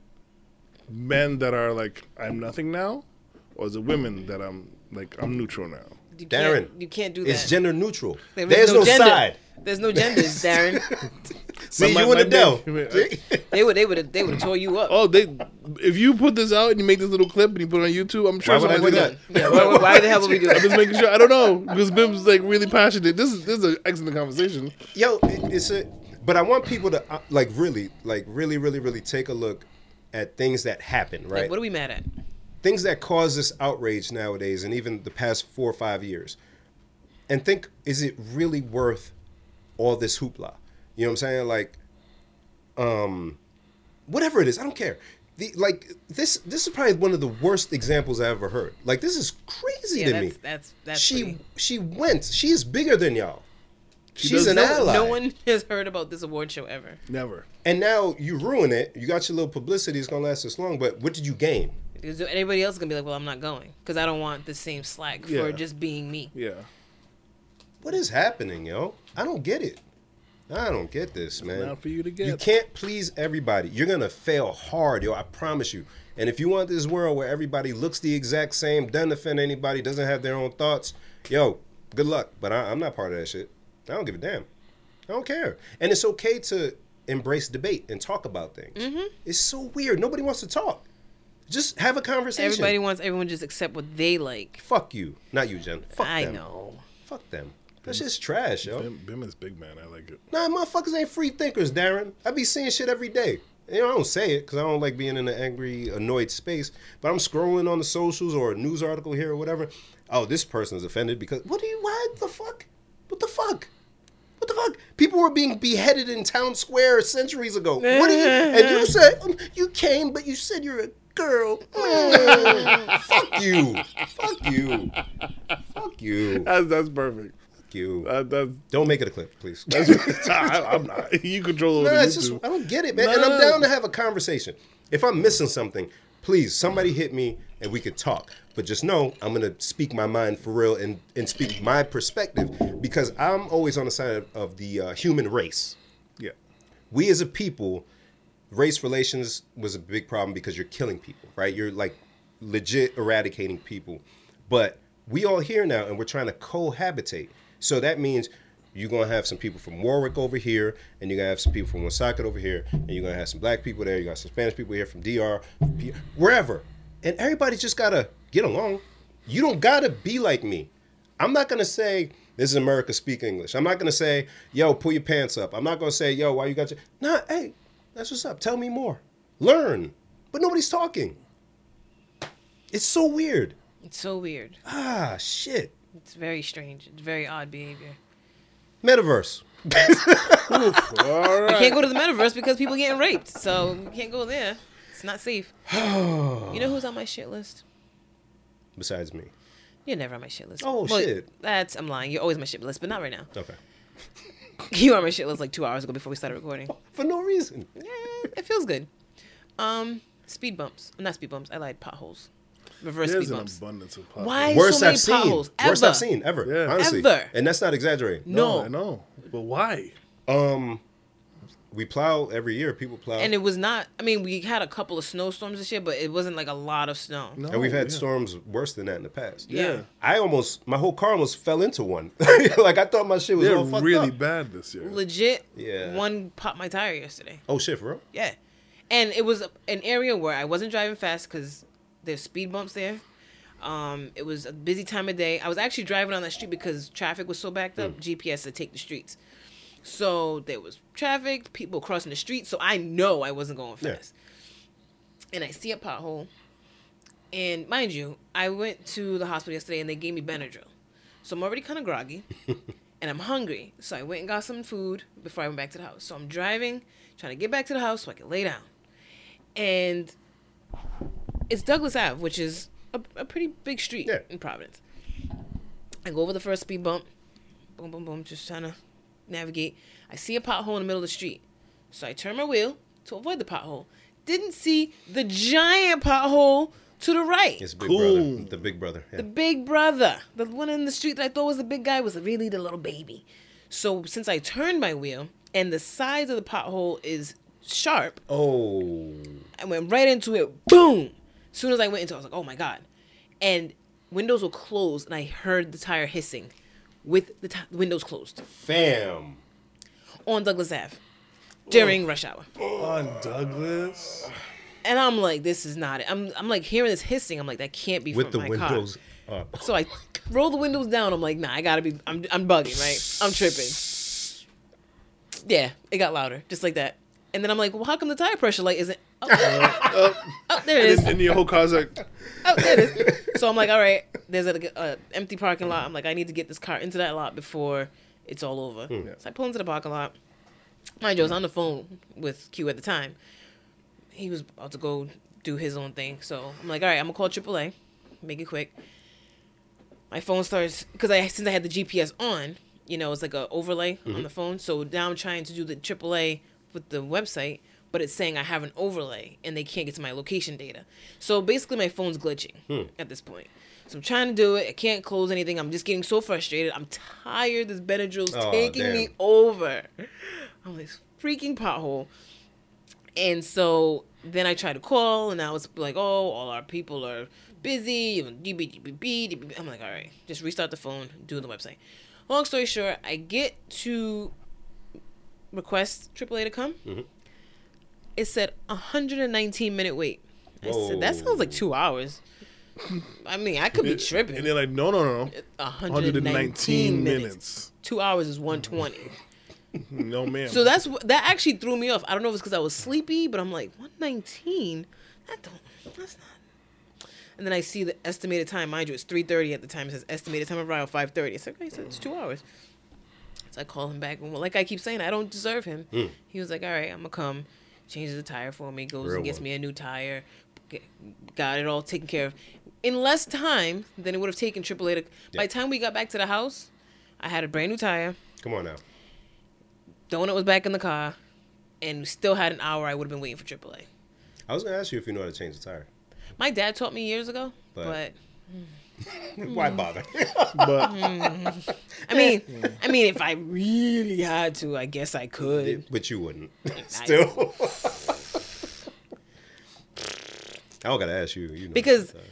men that are like, I'm nothing now, or is it women that I'm like, I'm neutral now? You can't, Darren, you can't do that. It's gender neutral. There is There's no, gender. side. There's no genders, Darren. See my- you and my Adele. bad. they would, they would, they would have tore you up. Oh, they. If you put this out and you make this little clip and you put it on YouTube, I'm sure Why would I somebody do would- that? Yeah, why, why- why the hell would we do I'm just that? making sure. I don't know because Bim's like really passionate. This is this is an excellent conversation. yo, it, it's a. But I want people to uh, like really, like really, really, really take a look at things that happen, right? What are we mad at? things that cause this outrage nowadays and even the past four or five years and think is it really worth all this hoopla you know what i'm saying like um whatever it is i don't care the, like this this is probably one of the worst examples i ever heard like this is crazy Yeah, to that's, me that's that's she pretty- she went she is bigger than y'all she's does- an No- ally No one has heard about this award show ever. Never. and now you ruin it you got your little publicity it's gonna last this long but what did you gain Because Anybody else is gonna be like, "Well, I'm not going because I don't want the same slack Yeah. for just being me." Yeah. What is happening, yo? I don't get it. I don't get this, man. not for you to You get. can't please everybody. You're gonna fail hard, yo. I promise you. And if you want this world where everybody looks the exact same, doesn't offend anybody, doesn't have their own thoughts, yo, good luck. But I, I'm not part of that shit. I don't give a damn. I don't care. And it's okay to embrace debate and talk about things. Mm-hmm. It's so weird. Nobody wants to talk. Just have a conversation. Everybody wants everyone to just accept what they like. Fuck you. Not you, Jen. Fuck I them. know. Fuck them. That shit's trash, yo. Bim, Bim is big man. I like it. Nah, motherfuckers ain't free thinkers, Darren. I be seeing shit every day. You know, I don't say it because I don't like being in an angry, annoyed space. But I'm scrolling on the socials or a news article here or whatever. Oh, this person's offended because what do you? Why the fuck? What the fuck? What the fuck? People were being beheaded in town square centuries ago. What do you? And you said um, you came, but you said you're a girl. Mm, fuck you! Fuck you! Fuck you! Fuck That's that's perfect. you! That, that's Don't make it a clip, please. I, am not. You control over No, it's just YouTube. I don't get it, man. No, and no, I'm no. down to have a conversation. If I'm missing something, please somebody hit me and we could talk. But just know I'm gonna speak my mind for real and and speak my perspective because I'm always on the side of, of the uh, human race. yeah. We as a people, race relations was a big problem because you're killing people, right? You're like legit eradicating people. But we all here now and we're trying to cohabitate. So that means you're gonna have some people from Warwick over here, and you're gonna have some people from Woonsocket over here, and you're gonna have some black people there, you got some Spanish people here from DR, P- wherever. And everybody just gotta get along. You don't gotta be like me. I'm not gonna say this is America speak English. I'm not gonna say, yo, pull your pants up. I'm not gonna say, yo, why you got your Nah, hey, that's what's up. Tell me more. Learn. But nobody's talking. It's so weird. It's so weird. Ah shit. It's very strange. It's very odd behavior. Metaverse. All You right. can't go to the metaverse because people getting raped. So you can't go there. It's not safe. you know who's on my shit list? Besides me. You're never on my shit list. Oh, shit. That's I'm lying. You're always on my shit list, but not right now. Okay. You were on my shit list like two hours ago before we started recording. For no reason. Yeah, it feels good. Um, speed bumps. Not speed bumps. I lied. Potholes. Reverse There's speed an bumps. abundance of Why? podcasts. Worst so many I've seen. potholes. Worst I've Ever. seen ever. Yeah. Honestly. Ever. And that's not exaggerating. No. I know. But why? Um we plow every year. People plow. And it was not. I mean, we had a couple of snowstorms and shit, but it wasn't like a lot of snow. No. and we've had yeah. storms worse than that in the past. Yeah. Yeah. I almost my whole car almost fell into one. like I thought my shit was They're all fucked really up. bad this year. Legit. Yeah. One popped my tire yesterday. Oh shit, for real? Yeah. And it was an area where I wasn't driving fast because there's speed bumps there. Um, it was a busy time of day. I was actually driving on that street because traffic was so backed Hmm. up. GPS to take the streets. So there was traffic, people crossing the street. So I know I wasn't going Yeah. fast. And I see a pothole. And mind you, I went to the hospital yesterday and they gave me Benadryl. So I'm already kind of groggy and I'm hungry. So I went and got some food before I went back to the house. So I'm driving, trying to get back to the house so I can lay down. And it's Douglas Ave, which is a, a pretty big street Yeah. in Providence. I go over the first speed bump, boom, boom, boom, just trying to navigate. I see a pothole in the middle of the street. So I turn my wheel to avoid the pothole. Didn't see the giant pothole to the right. It's big Cool. brother. The big brother. Yeah. The big brother, the one in the street that I thought was the big guy, was really the little baby. So since I turned my wheel and the size of the pothole is sharp, oh. I went right into it. Boom! Soon as I went into, it, I was like, "Oh my god!" And windows were closed, and I heard the tire hissing with the t- windows closed Fam. on Douglas Ave during rush hour. On Douglas. And I'm like, "This is not it." I'm I'm like hearing this hissing. I'm like, "That can't be With from the my windows car." up. So I roll the windows down. I'm like, nah, I gotta be. I'm I'm bugging, right? I'm tripping. Yeah, it got louder, just like that. And then I'm like, well, how come the tire pressure light isn't? Oh, oh, there it is. And, and your whole car's like, Oh, there it is. So I'm like, all right, there's an empty parking lot. I'm like, I need to get this car into that lot before it's all over. So I pull into the parking lot. Mind you, I was on the phone with Q at the time. He was about to go do his own thing. So I'm like, all right, I'm going to call AAA, make it quick. My phone starts, because I since I had the GPS on, you know, it's like a overlay on the phone. So now I'm trying to do the AAA with the website, but it's saying I have an overlay and they can't get to my location data. So basically, my phone's glitching at this point. So I'm trying to do it. I can't close anything. I'm just getting so frustrated. I'm tired. This Benadryl's Aw, taking damn. me over. I'm like freaking pothole. And so then I tried to call, and I was like, "Oh, all our people are busy." and DB, DB, DB. I'm like, "All right, just restart the phone, do the website." Long story short, I get to request AAA to come. It said 119 minute wait. I said that Whoa. sounds like two hours. I mean, I could be And tripping. they're like, no, no, no. 119, 119 minutes. minutes. Two hours is 120. No, ma'am. So that's wh- that actually threw me off. I don't know if it's because I was sleepy, but I'm like 119. That don't. That's not. And then I see the estimated time. Mind you, it's 3:30 at the time. It says estimated time of arrival 5:30. It's like okay, so it's two hours. So I call him back, and like I keep saying, I don't deserve him. Hmm. He was like, all right, I'm gonna come. Changes the tire for me. Goes Real and gets one. me a new tire. Get, got it all taken care of in less time than it would have taken AAA. To, By the time we got back to the house, I had a brand new tire. Come on now. Donut was back in the car, and still had an hour. I would have been waiting for AAA. I was gonna ask you if you know how to change the tire. My dad taught me years ago, But- but Why bother? but I mean, I mean, if I really had to, I guess I Mm-hmm. could. but you wouldn't. Still. I don't gotta ask you. You know Because- the tire.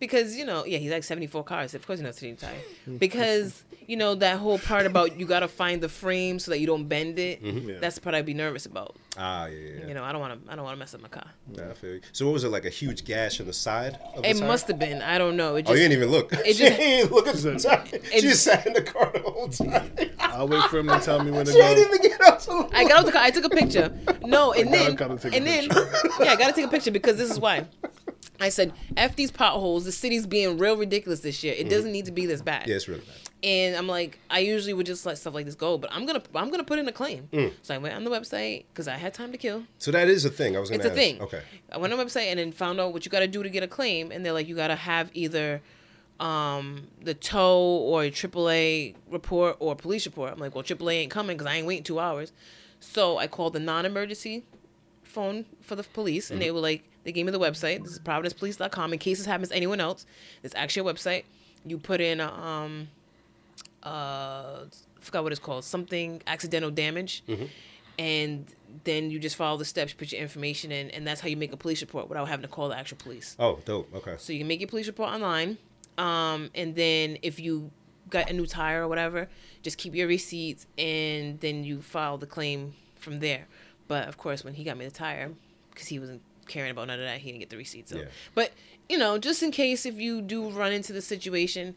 because you know, yeah, he's like seventy four cars. Of course, he knows the entire. Because you know that whole part about you gotta find the frame so that you don't bend it. Yeah. That's the part I'd be nervous about. ah yeah, yeah, yeah. You know, I don't want to. I don't want to mess up my car. Nah, I feel you. So what was it like a huge gash in the side? Of the It tire? must have been. I don't know. It Oh, just. you didn't even look. it she just- didn't look at the tire. She it- sat in the car the whole time. I'll wait for him to tell me when to she didn't go. even get out. To I got out the car. I took a picture. No, and gotta- then gotta take a and then yeah, I gotta take a picture because this is why. I said, "F these potholes. The city's being real ridiculous this year. It Mm. doesn't need to be this bad." yeah, it's really bad. and I'm like, I usually would just let stuff like this go, but I'm gonna I'm gonna put in a claim. Mm. So I went on the website because I had time to kill. So that is a thing. I was gonna. It's a ask. thing. Okay. I went on the website and then found out what you got to do to get a claim, and they're like, you got to have either um, the tow or a AAA report or a police report. I'm like, well, AAA ain't coming because I ain't waiting two hours. So I called the non-emergency phone for the police, and they were like, they gave me the website. This is providencepolice.com. In case this happens to anyone else, it's actually a website. You put in a, um, uh, I forgot what it's called, something accidental damage, and then you just follow the steps, put your information in, and that's how you make a police report without having to call the actual police. Oh, dope. Okay. So you can make your police report online, um, and then if you got a new tire or whatever, just keep your receipts, and then you file the claim from there. But of course, when he got me the tire, because he wasn't caring about none of that, he didn't get the receipts. So. Yeah. But you know, just in case if you do run into the situation,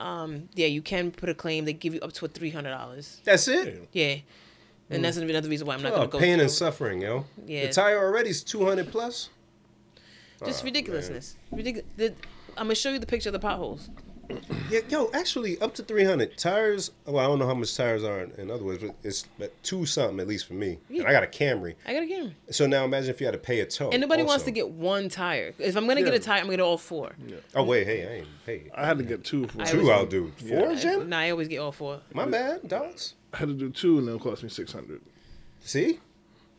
um, yeah, you can put a claim. They give you up to a three hundred dollars. That's it. Yeah. Hmm. And that's another reason why I'm not Oh, going to go. pain through. and suffering, yo. Yeah. The tire already is two hundred plus. Just Ah, ridiculousness. Ridic- the, I'm going to show you the picture of the potholes. Yeah, yo, actually, up to three hundred tires. Well, I don't know how much tires are in, in other words, but it's but two something at least for me. And I got a Camry, I got to get them. so now imagine if you had to pay a tow. And nobody wants also. to get one tire. If I'm gonna get Yeah. a tire, I'm gonna get all four. Oh wait, hey, I ain't hey. I had to get two. For I Two, was- I'll do four, Jim. Nah, I always get all four. My bad, dogs. I had to do two, and it cost me six hundred See?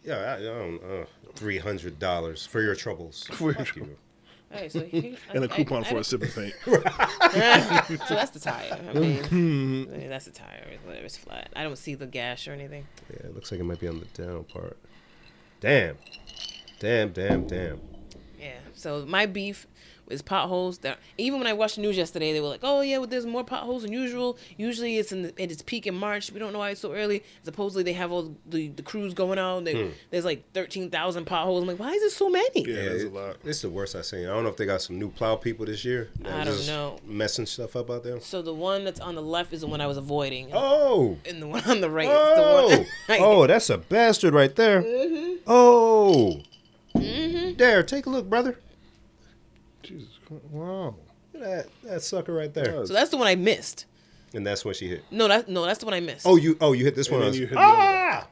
Yeah, I, I don't. Uh, Three hundred dollars for your troubles. For your Fuck you. trouble. All right, so here- and a I- I- I coupon for don't- a sip of paint. so that's the tire. I mean, I mean, that's the tire. It's- Whatever, it's flat. I don't see the gash or anything. Yeah, it looks like it might be on the down part. Damn, damn, damn, damn. Yeah. So my beef is potholes. That even when I watched the news yesterday, they were like, "Oh yeah, well, there's more potholes than usual. Usually it's in the, at its peak in March. We don't know why it's so early. Supposedly they have all the, the crews going out. They, Hmm. There's like thirteen thousand potholes. I'm like, why is there so many? Yeah, that's a it- lot. It's the worst I've seen. I don't know if they got some new plow people this year. I don't know. Messing stuff up out there. So the one that's on the left is the one I was avoiding. Oh. And the one on the right is the Oh, one. oh, that's a bastard right there. Mm-hmm. Oh, there, take a look, brother. Jesus, Christ. wow. Look at that, that sucker right there. So that's the one I missed. And that's when she hit. No, that no, that's the one I missed. Oh, you, oh, you hit this And one. then on- you hit the ah!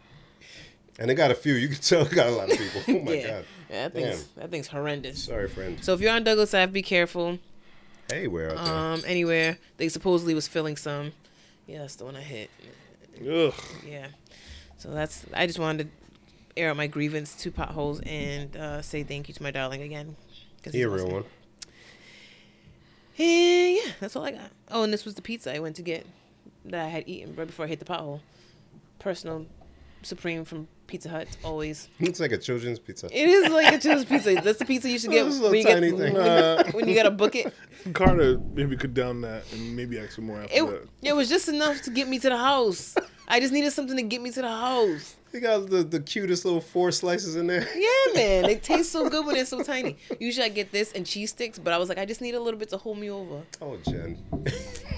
and they got a few. You can tell, they got a lot of people. Oh my yeah. god. Yeah, that Damn. thing's that thing's horrendous. Sorry, friend. So if you're on Douglas Ave, be careful. Hey, where out there? Um, anywhere they supposedly was filling some. Yeah, that's the one I hit. Uh, Ugh. Yeah. So that's I just wanted to air out my grievance to potholes and uh, say thank you to my darling again. 'cause he's Here, real awesome. one. And yeah, that's all I got. Oh, and this was the pizza I went to get that I had eaten right before I hit the pothole. Personal, supreme from Pizza Hut always. It's like a children's pizza. It is like a children's pizza. That's the pizza you should get This is a when you get tiny thing. when, when you got to book it. Carter maybe could down that and maybe ask for more after It that. it was just enough to get me to the house. I just needed something to get me to the house. They got the, the cutest little four slices in there. Yeah, man. It tastes so good when it's so tiny. Usually I get this and cheese sticks, but I was like, I just need a little bit to hold me over. Oh, Jen.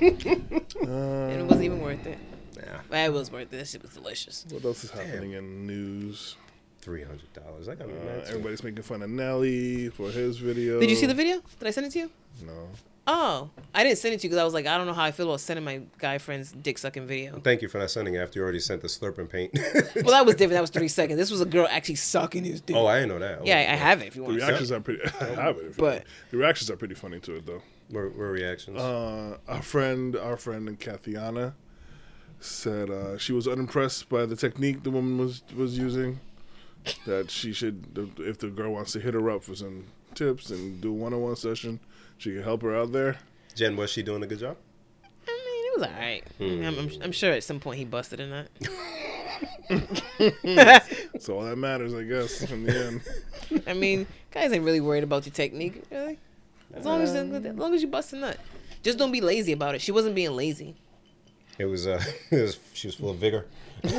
And it wasn't even worth it. Nah, But it was worth it. That shit was delicious. What else is happening in news? three hundred dollars. I got Uh, uh, everybody. everybody's making fun of Nelly for his video. Did you see the video? Did I send it to you? No. Oh, I didn't send it to you because I was like, I don't know how I feel about sending my guy friend's dick sucking video. Thank you for not sending it after you already sent the slurp and paint. Well, that was different. That was three seconds. This was a girl actually sucking his dick. oh, I didn't know that. yeah, I have it if you The want. to reactions are pretty. I have it if you But- want. the reactions are pretty funny to it though. We're, we're reactions. Uh, our friend, our friend Kathyana said uh, she was unimpressed by the technique the woman was was using. That she should, if the girl wants to hit her up for some tips and do a one-on-one session, she can help her out there. Jen, was she doing a good job? I mean, it was all right. I'm, I'm, I'm sure at some point he busted in that. So all that matters, I guess, in the end. I mean, guys ain't really worried about your technique, really. As long as, as long as you bust a nut, just don't be lazy about it. She wasn't being lazy. It was. Uh, it was she was full of vigor. She's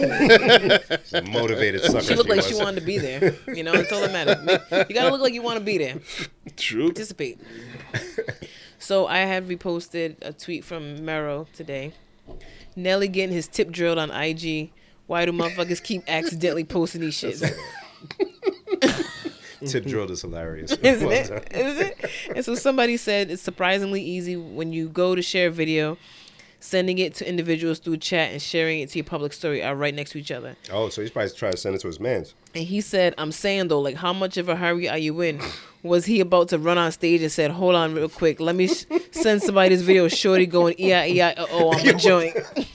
a motivated sucker. She looked like she was. wanted to be there. You know, it's all that matters. You gotta look like you want to be there. True. Participate. So I had reposted a tweet from Mero today. Nelly getting his tip drilled on IG. Why do motherfuckers keep accidentally posting these shits? Tip drilled is hilarious. Isn't was, it? huh? Isn't it? And so somebody said it's surprisingly easy when you go to share a video, sending it to individuals through chat and sharing it to your public story are right next to each other. Oh, so he's probably trying to send it to his man's. And he said, I'm saying though, like, how much of a hurry are you in? Was he about to run on stage and said, hold on real quick, let me sh- send somebody this video, of shorty going, "E-, E-I-E-I-O, I'm a joint.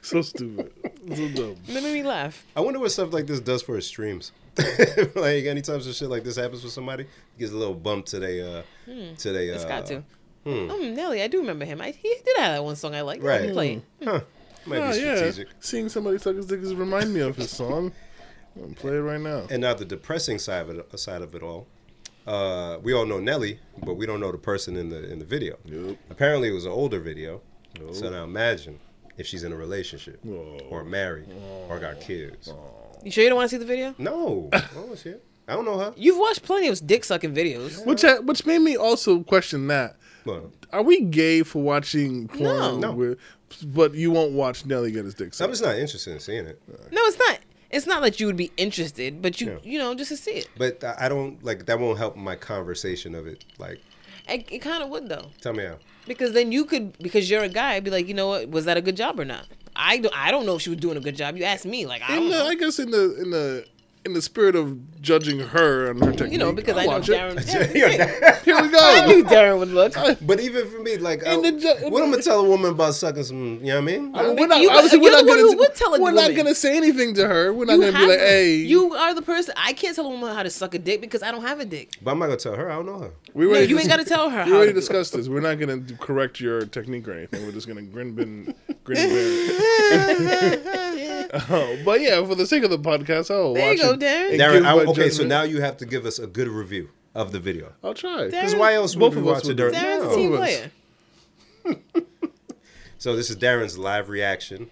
So stupid. So dumb. That made me laugh. I wonder what stuff like this does for his streams. like anytime some shit like this happens with somebody, it gives a little bump to they uh to they uh Hmm. It's got to. Um, Nelly, I do remember him. I, he did have that one song I liked. Right. Right. Hmm. Huh. Might Oh, be yeah. strategic. Seeing somebody suck his dick is remind me of his song. I'm gonna play it right now. And now the depressing side of it, side of it all. Uh, we all know Nelly, but we don't know the person in the in the video. Yep. Apparently, it was an older video. Oh. So now imagine if she's in a relationship or married or Oh. got kids. You sure you don't want to see the video? No, I don't see it. I don't know her. You've watched plenty of dick sucking videos. Which I, which made me also question that. Well, Are we gay for watching porn? No. with- But you won't watch Nelly get his dick I'm sucked. just not interested in seeing it. No, it's not. It's not that you would be interested, but you Yeah. you know just to see it. But I I don't like that. Won't help my conversation of it. Like, It, it kind of would though, tell me how. because then you could because you're a guy be like, you know what, was that a good job or not? I don't I don't know if she was doing a good job. You asked me, like I don't In the, know. I guess in the in the in the spirit of judging her and her technique, You know because I'll I know watch Darren. It. Yeah, that's it. Here we I knew go. Darren would look. But even for me, like, I, In the ju- what I'm gonna tell a woman about sucking some? You know what I mean? I mean, but you- you're the one gonna who would tell a we're not woman. gonna say anything to her. We're not You gonna be have like, it. "Hey, you are the person. I can't tell a woman how to suck a dick because I don't have a dick. But I'm not gonna tell her. I don't know her. We No, already you ain't dis- gotta tell her We how to already do it. discussed this. We're not gonna do- correct your technique or anything. We're just gonna grin bin, grin bin. oh, but yeah, for the sake of the podcast, I'll There watch you go, it Darren. and Darren, give I, my okay, so judgment. now you have to give us a good review of the video. I'll try. Darren- Because why else Both would we of us watch it would during? do Darren's No. a team Both of us. player. So this is Darren's live reaction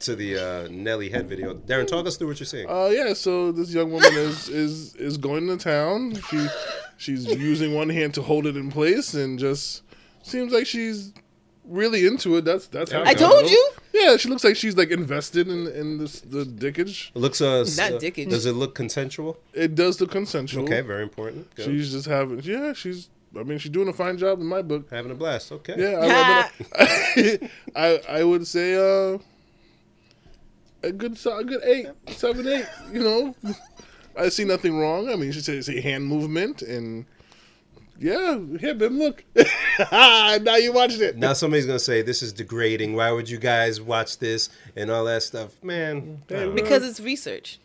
to the uh, Nelly head video. Darren, talk us through what you're seeing. Uh, yeah. So this young woman is is is going to town. She she's using one hand to hold it in place, and just seems like she's really into it. That's that's how I it told goes. you. Yeah, she looks like she's like invested in in this the dickage. It looks uh, s- Not uh, dickage. does it look consensual? It does the consensual. Okay, very important. Good. She's just having, yeah, she's, I mean, she's doing a fine job in my book. having a blast. Okay. Yeah, I, I, I, I would say uh, a good, so- a good eight, seven, eight, you know. I see nothing wrong. I mean, she says a hand movement and, yeah, here, Bim, look. now you watched it. Now somebody's gonna say this is degrading. Why would you guys watch this and all that stuff, man? I don't, know. Because it's research.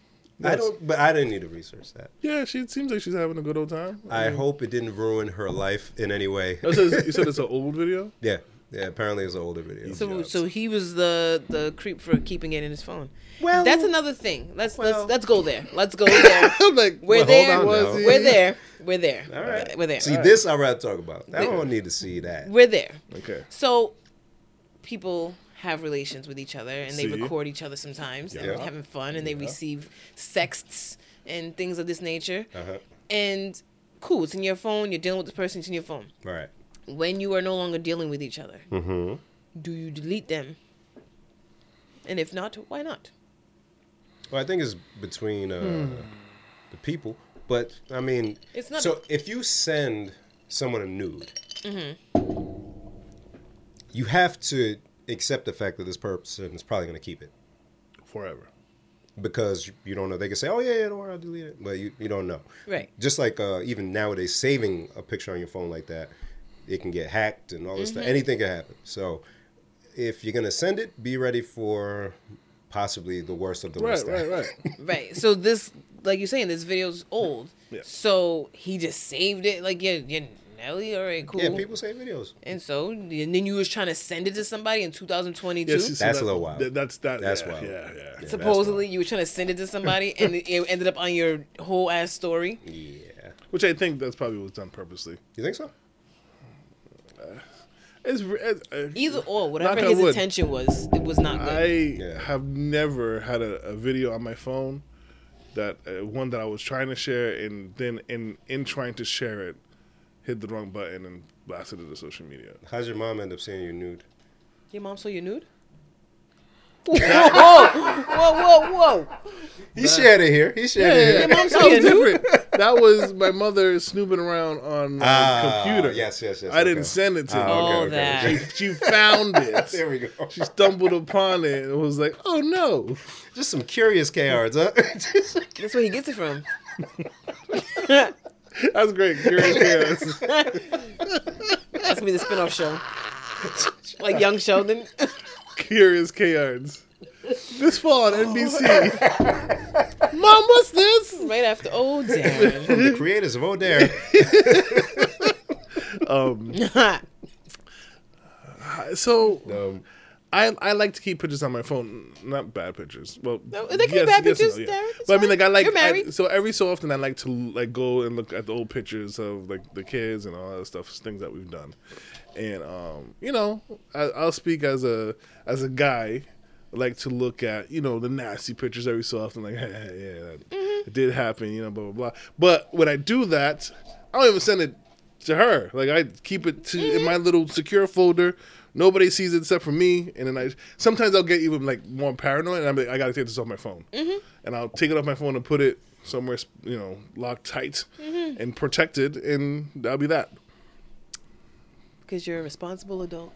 I don't- but I didn't need to research that. Yeah, she it seems like she's having a good old time. I Mm. hope it didn't ruin her life in any way. That says- you said it's an old video? yeah, yeah. Apparently, it's an older video. So, so he was the the creep for keeping it in his phone. Well- that's another thing. Let's Well- let's let's go there. Let's go there. I'm like, Well, We're hold there. on now. We're there. We're there. all right, We're there. See, this I'd rather talk about. I don't need to see that. We're there. okay. So, people have relations with each other and See? they record each other sometimes and Yeah. having fun and they receive sexts and things of this nature. Uh-huh. And cool, it's in your phone, you're dealing with the person, it's in your phone. All right. When you are no longer dealing with each other, do you delete them? And if not, why not? Well, I think it's between uh, Hmm. the people, but I mean, It's not- So if you send someone a nude, Mm-hmm. you have to accept the fact that this person is probably going to keep it forever. because you don't know. They can say, "Oh yeah, yeah, don't worry, I'll delete it," but you, you don't know. Right. Just like uh, even nowadays, saving a picture on your phone like that, it can get hacked and all this Mm-hmm. stuff. Anything can happen. So if you're going to send it, be ready for possibly the worst of the Right, worst. right, right. Right. So this, like you're saying, this video's old. Yeah. So he just saved it. Like, yeah, yeah, Nelly, all right, cool. Yeah, people save videos. And so, and then you was trying to send it to somebody in 2022. Yes, you see, That's a that- little wild. that- that's that. That's yeah, wild. Yeah, yeah. Yeah. Supposedly, you were trying to send it to somebody, and it, it ended up on your whole ass story. Yeah. Which I think that's probably was done purposely. You think so? It's, it's, uh, it's Either or, whatever Knock on his wood. intention was, it was not I good. Yeah. have never had a, a video on my phone that uh, one that I was trying to share, and then in in trying to share it, hit the wrong button and blasted it to social media. How's your mom end up seeing you nude? your mom saw you nude. whoa, whoa, whoa, whoa! He shared it here. He shared it Your here. mom that saw was you nude. different. That was my mother snooping around on my Ah, computer. yes, yes, yes, okay. I Ah, didn't send it to her. Oh, All okay. that. She, she found There it. we go. She stumbled upon it and was like, "Oh no!" Just some curious KRs, huh? That's where he gets it from. That's great. Curious chaos. That's gonna be the spinoff show, like Young Sheldon. Curious Chaos. This fall on NBC. Mom, what's this? right after. Oh damn! From the creators of O'Dare. So Um, I I like to keep pictures on my phone, not bad pictures. Well, No, they can be bad and pictures, Derek, it's But I mean, like I like You're married. I- so every so often I like to like go and look at the old pictures of like the kids and all that stuff, things that we've done, and um, you know, I, I'll speak as a as a guy. I Like to look at you know the nasty pictures every so often, like yeah, that Mm-hmm. it did happen, you know, blah blah blah. But when I do that, I don't even send it to her. Like I keep it to in my little secure folder. Nobody sees it except for me. And then I sometimes I'll get even like more paranoid, and I'm like, I gotta take this off my phone. And I'll take it off my phone and put it somewhere, you know, locked tight and protected, and that'll be that. Because you're a responsible adult,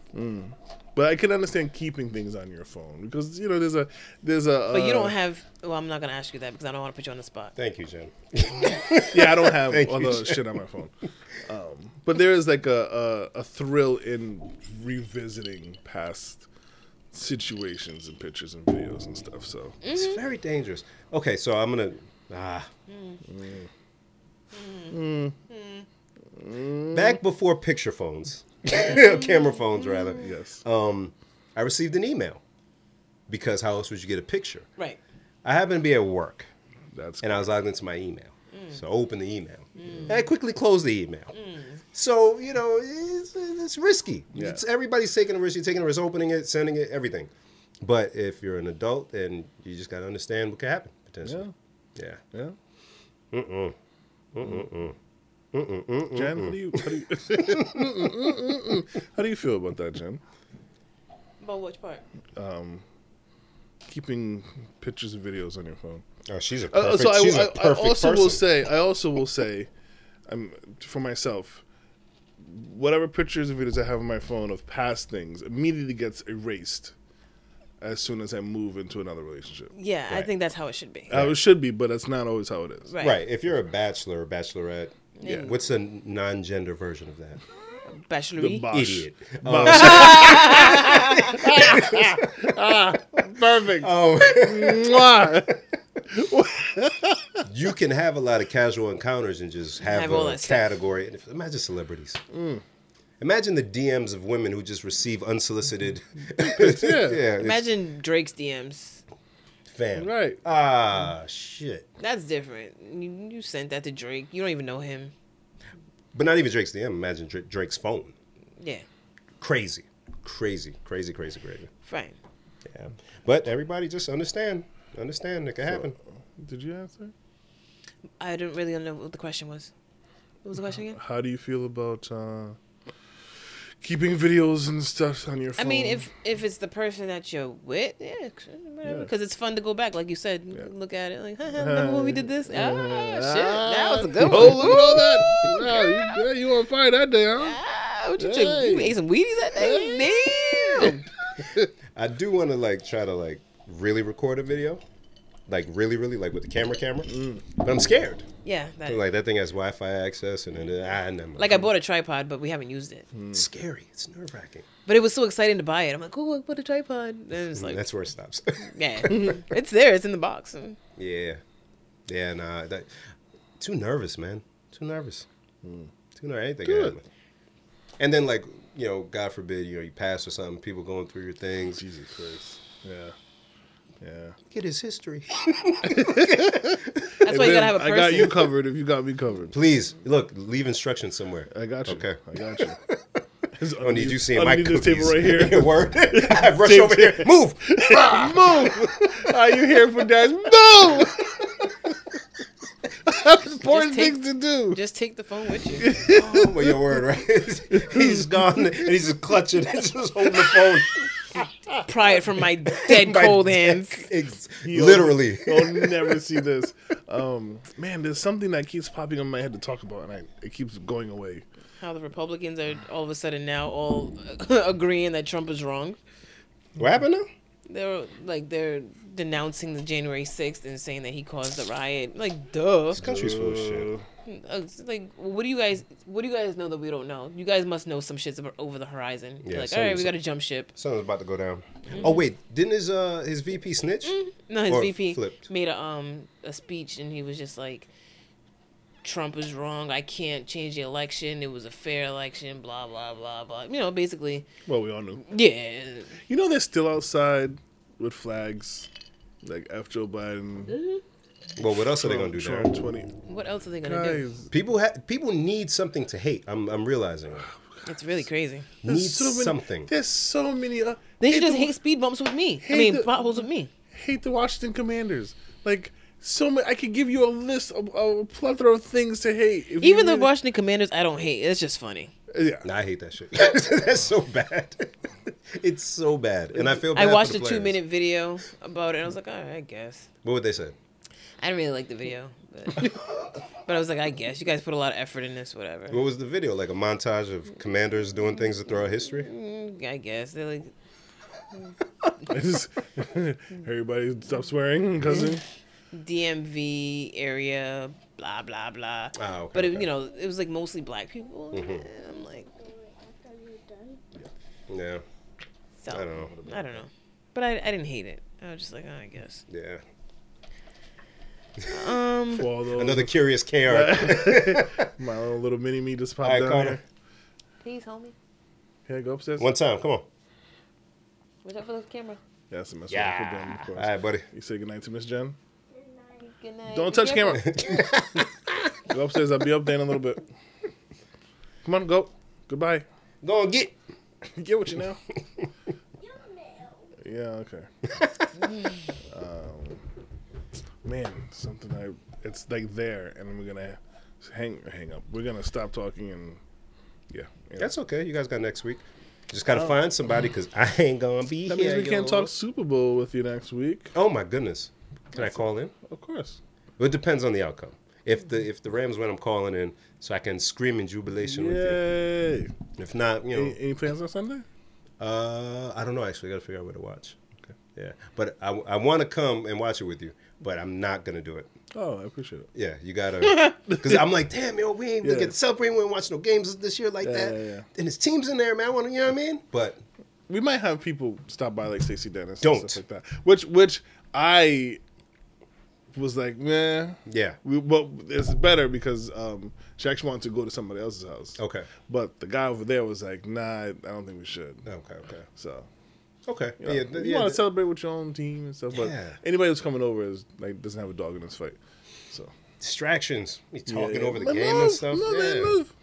But I can understand keeping things on your phone because you know there's a there's a. but you uh, don't have. Well, I'm not gonna ask you that because I don't want to put you on the spot. Thank you, Jen. yeah, I don't have Thank all you, the shit on my phone. Um, but there is like a, a a thrill in revisiting past situations and pictures and videos and stuff. So It's very dangerous. Okay, so I'm gonna ah. Mm-hmm. Back before picture phones, camera phones rather. yes, Um, I received an email because how else would you get a picture? Right. I happened to be at work that's and I was logged into my email, so I opened the email and I quickly closed the email. So you know it's, it's risky. Yeah. It's, everybody's taking a risk. You're taking a risk, opening it, sending it, everything. But if you're an adult, then you just got to understand what could happen potentially. yeah, Yeah. yeah. Mm mm. Mm mm. Jen, how do you how do you, Mm-mm, mm-mm. how do you feel about that, Jen? About which part? Keeping pictures and videos on your phone. Oh, she's a Uh, perfect. so I, she's a I- I perfect also person. will say, I also will say, um, for myself, whatever pictures and videos I have on my phone of past things immediately gets erased as soon as I move into another relationship. Yeah, I think that's how it should be. Uh, it should be, but that's not always how it is. right. right. If you're a bachelor or bachelorette, Yeah. what's a non-gender version of that? The Bachelorette. bosh. Idiot. Perfect. Oh, Mwah. you can have a lot of casual encounters and just have, Have all a that stuff. category. And if- Imagine celebrities. Imagine the DMs of women who just receive unsolicited. yeah. yeah Imagine Drake's DMs. fam. Right. Ah, shit. That's different. You, you sent that to Drake. You don't even know him. But not even Drake's DM. Imagine Dra- Drake's phone. Yeah. Crazy, crazy, crazy, crazy, crazy. Fine. Yeah. But everybody just understand. Understand it could happen. Did you answer? I didn't really know what the question was. What was the question again? How do you feel about uh, keeping videos and stuff on your I phone? mean, if if it's the person that you're with, yeah, Yeah. because it's fun to go back, like you said, Yeah. look at it, like, "Huh, huh, remember when we did this? Ah, shit, that was a Ah, good Oh, one. look at all that. Wow, you, yeah, you on fire that day, huh? Ah, what you, took- you Hey. ate some Wheaties that day? Damn. I do want to like try to like really record a video, like really, really, like with the camera, camera. But I'm scared. Yeah, that, like, Like that thing has Wi-Fi access, and then ah, never mind. I bought a tripod, but we haven't used it. Hmm. It's scary. It's nerve wracking. But it was so exciting to buy it. I'm like, oh, I bought a tripod. And it's like, That's where it stops. yeah, it's there. It's in the box. yeah, yeah. Nah, that, too nervous, man. Too nervous. Mm. Too nervous. Anything could Good. happen. And then like you know, God forbid, you know, you pass or something. People going through your things. Jesus Christ. Yeah. Yeah. Get his history. That's why you gotta have a I person. got you covered if you got me covered. Please look. Leave instructions somewhere. I got you. Okay. I got you. I don't need you seeing my Underneath cookies. this table right here. Word. I rush Table- over here. Move. Move! Are you here for dads? Move! Important take- things to do. Just take the phone with you. Oh, well, your word, right? he's gone and he's just clutching and just holding the phone. Pry it from my dead My cold dick. hands. Ex- You'll- literally. You'll never see this. Um, man, there's something that keeps popping up in my head to talk about, and I, it keeps going away. How the Republicans are all of a sudden now all agreeing that Trump is wrong. What happened now? They're like they're denouncing the January sixth and saying that he caused the riot. Like, duh. This country's full of shit. Uh, it's Like, what do you guys? What do you guys know that we don't know? You guys must know some shit's ab- over the horizon. You're Yeah, like, some- all right, we some- gotta jump ship. Something's about to go down. Oh wait, didn't his uh his VP snitch? No, his Or VP flipped. made a um a speech and he was just like, Trump is wrong. I can't change the election. It was a fair election. Blah blah blah blah. You know, basically, Well, we all knew. yeah. You know, they're still outside with flags, like F Joe Biden. Well, what else are they gonna do Trump now? twenty. What else are they gonna do? Guys, People ha- people need something to hate. I'm I'm realizing. it. It's really crazy. Need there's so many, something. There's so many. Uh, They should hate just the- hate speed bumps with me. I hate mean, the- potholes with me. hate the Washington Commanders. Like so many, I could give you a list of a plethora of things to hate. If you Even the really- Washington Commanders, I don't hate. It's just funny. yeah, Nah, I hate that shit. That's so bad. it's so bad, and I feel. I Bad watched for a the players. two-minute video about it. and I was like, all right, I guess. What would they say? I didn't really like the video, but, but I was like, I guess you guys put a lot of effort in this. Whatever. What was the video like? A montage of commanders doing things throughout history. Mm, I guess they're like, I just- everybody stop swearing, cousin. DMV area, blah blah blah. Oh, okay, but it, okay. Mm-hmm. you know, it was like mostly black people. and I'm like, Yeah, so, I don't know. I don't know, but I, I didn't hate it. I was just like, oh, I guess. Yeah, Um, Well, though, another curious KR. my own little mini me just All popped right, down Connor. here. please, homie, Can I go upstairs? One time, come on. watch out for the camera. That's a mess. Yeah. Yeah. All right, buddy. You say goodnight to Miss Jen. Good night. Don't touch camera. go upstairs. I'll be up there in a little bit. Come on, go. Goodbye. Go and get. Get with you now. yeah. Okay. um, man, something I. It's like there, and we're gonna hang hang up. We're gonna stop talking and yeah. yeah. That's okay. You guys got next week. Just gotta find somebody because I ain't gonna be that here. means we can't yo. talk Super Bowl with you next week. Oh my goodness. Can I call in? Of course. Well, it depends on the outcome. If the if the Rams win, I'm calling in so I can scream in jubilation with Yay! you. If not, you know, Any, any plans on Sunday? uh, I don't know. Actually, I gotta figure out where to watch. Okay. Yeah, but I, I want to come and watch it with you, but I'm not gonna do it. Oh, I appreciate it. Yeah, you gotta. Because I'm like, damn, yo, we ain't Yeah. gonna get to celebrate. We ain't watch no games this year like Yeah, that. yeah, yeah. And his team's in there, man. I want to, you know what I mean? But We might have people stop by like Stacey Dennis Don't. and stuff like that. Which which I was like, man, yeah, we, but it's better because um, she actually wanted to go to somebody else's house. okay, But the guy over there was like, nah, I I don't think we should. okay, okay, So okay. you, know, yeah, you yeah, want to celebrate with your own team and stuff. But Yeah. anybody who's coming over is like doesn't have a dog in this fight. So distractions. We talking yeah. over the Let game move, Um, and stuff. move, yeah. man, move.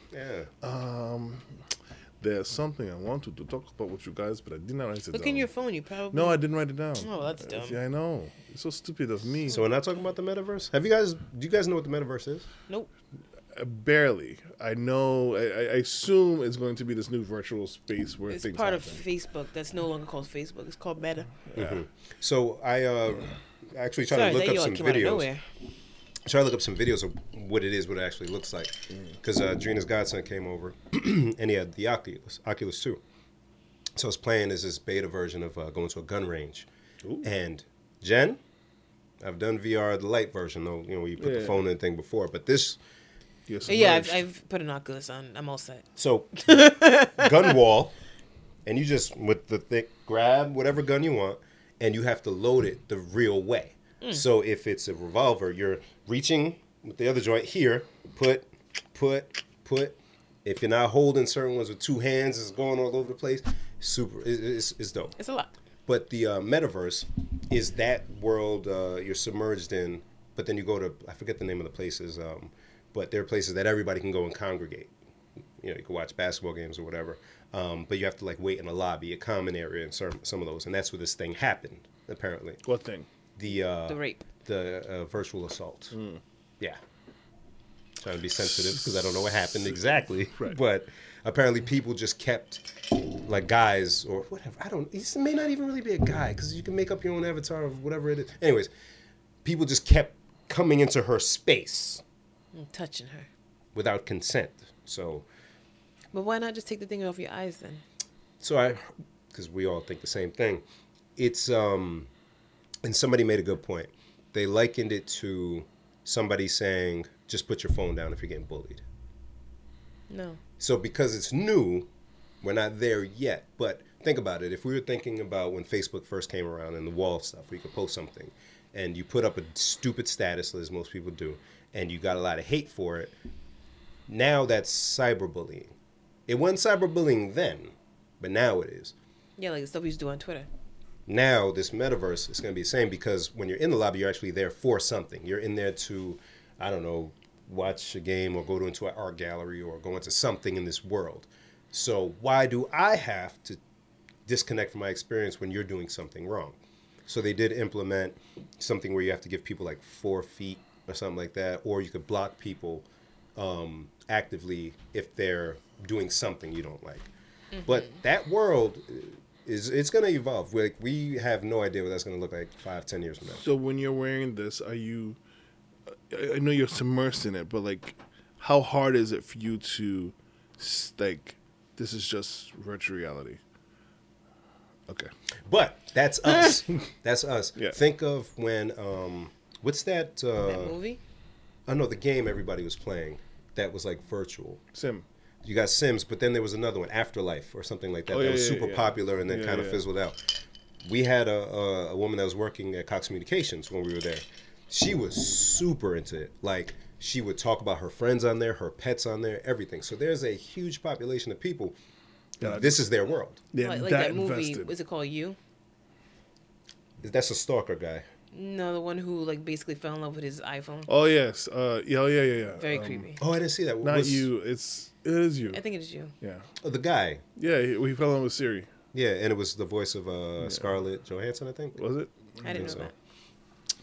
yeah. There's something I wanted to talk about with you guys, but I did not write it Look down. in your phone. You probably no, I didn't write it down. Oh, that's dumb. Yeah, I know. It's so stupid of me. So we're not talking about the metaverse. Have you guys? Do you guys know what the metaverse is? Nope. Uh, barely. I know. I, I I assume it's going to be this new virtual space where It's things part happen. of Facebook. That's no longer called Facebook. It's called Meta. So I uh, actually tried Sorry, to look that up you all some came out of videos. nowhere. Try to look up some videos of what it is, what it actually looks like. Mm. Because uh, Drina's godson came over, and he had the Oculus, Oculus Two. So his plan is this beta version of uh, going to a gun range. Ooh. And Jen, I've done VR, the light version, though you know where you put the Yeah. phone in thing before, but this You're Yeah, I've, submerged. I've put an Oculus on. I'm all set. So, gun wall, and you just with the thick grab whatever gun you want, and you have to load it the real way. So if it's a revolver, you're reaching with the other joint here, put, put, put. If you're not holding certain ones with two hands, it's going all over the place. Super, it- it's, it's dope. It's a lot. But the uh, metaverse is that world uh, you're submerged in. But then you go to I forget the name of the places, um, but there are places that everybody can go and congregate. You know, you can watch basketball games or whatever. Um, but you have to like wait in a lobby, a common area, and some some of those. And that's where this thing happened. Apparently, What thing? the uh, The rape. the uh, virtual assault. Hmm. Yeah. Trying to be sensitive because I don't know what happened exactly. Right. But apparently, people just kept like guys or whatever. I don't. This may not even really be a guy because you can make up your own avatar of whatever it is. Anyways, people just kept coming into her space I'm touching her. without consent. So, But why not just take the thing off your eyes then? so I, because we all think the same thing. It's um, and somebody made a good point. They likened it to somebody saying, "Just put your phone down if you're getting bullied." No. So because it's new, we're not there yet. But think about it. If we were thinking about when Facebook first came around and the wall stuff, where you could post something and you put up a stupid status, as most people do, and you got a lot of hate for it, now that's cyberbullying. It wasn't cyberbullying then, but now it is. Yeah, like the stuff we used to do on Twitter. Now this metaverse is going to be the same because when you're in the lobby, you're actually there for something. You're in there to, I don't know, watch a game or go to into an art gallery or go into something in this world. So why do I have to disconnect from my experience when you're doing something wrong? So they did implement something where you have to give people like four feet or something like that, or you could block people um, actively if they're doing something you don't like. But that world is it's going to evolve. Like we have no idea what that's going to look like five, ten years from now. So when you're wearing this, are you? I I know you're submersed in it, but like, how hard is it for you to, s- like, this is just virtual reality? Okay. But that's us. that's us. Yeah. Think of when um, what's that? That Uh, movie? I know the game everybody was playing that was like virtual. Sim. You got Sims, but then there was another one, Afterlife or something like that, Oh, that yeah, was yeah, super yeah. popular and then Yeah, kind of yeah. fizzled out. We had a, a, a woman that was working at Cox Communications when we were there. She was super into it. Like, she would talk about her friends on there, her pets on there, everything. So there's a huge population of people. Yeah, this is their world. Yeah, like like that, that, movie. invested. Was it called You? That's a stalker guy. No, the one who like basically fell in love with his iPhone. Oh yes. Uh. Yeah. Oh, yeah. Yeah. Yeah. Very Um, creepy. Oh, I didn't see that. Not What's- you. It's it is you. I think it is you. Yeah. oh, the guy. Yeah. He, he fell in love with Siri. Yeah, and it was the voice of uh, Scarlett Johansson, I think. Was it? I didn't know so. that.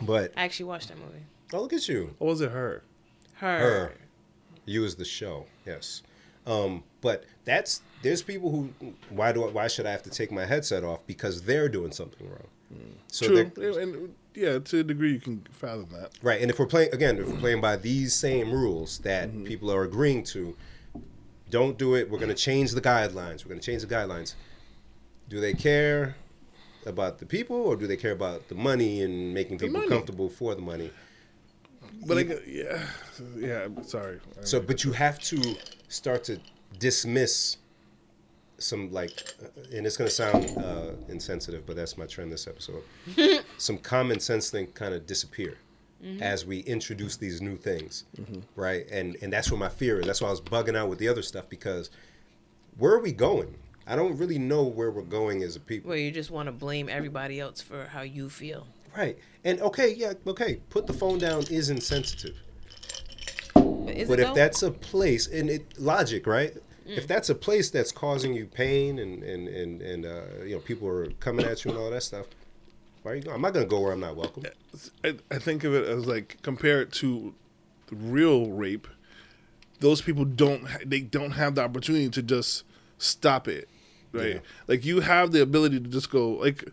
But I actually watched that movie. oh, look at you. Or was it her? Her. her. You is the show. Yes. Um, but that's there's people who why do I, why should I have to take my headset off because they're doing something wrong. So Mm. True. they're- And, and, yeah, to a degree you can fathom that. right, and if we're playing again, if we're playing by these same rules that Mm-hmm. people are agreeing to, don't do it. We're going to change the guidelines. We're going to change the guidelines. Do they care about the people or do they care about the money and making people money. comfortable for the money? But I gu- yeah, yeah. I'm Sorry. I So, mean, but you have to start to dismiss some like, uh, and it's gonna sound uh, insensitive, but that's my trend this episode. some common sense thing kind of disappear as we introduce these new things, right? And and that's where my fear is. That's why I was bugging out with the other stuff because where are we going? I don't really know where we're going as a people. Where you just want to blame everybody else for how you feel. Right. And okay, yeah, okay, put the phone down is insensitive. But, is But it if though? that's a place, and it logic, right? Mm. If that's a place that's causing you pain and and and and uh, you know people are coming at you and all that stuff, why are you going? I'm not gonna go where I'm not welcome. I, I think of it as like compare it to the real rape. Those people don't ha- they don't have the opportunity to just stop it, right? Yeah. Like you have the ability to just go like,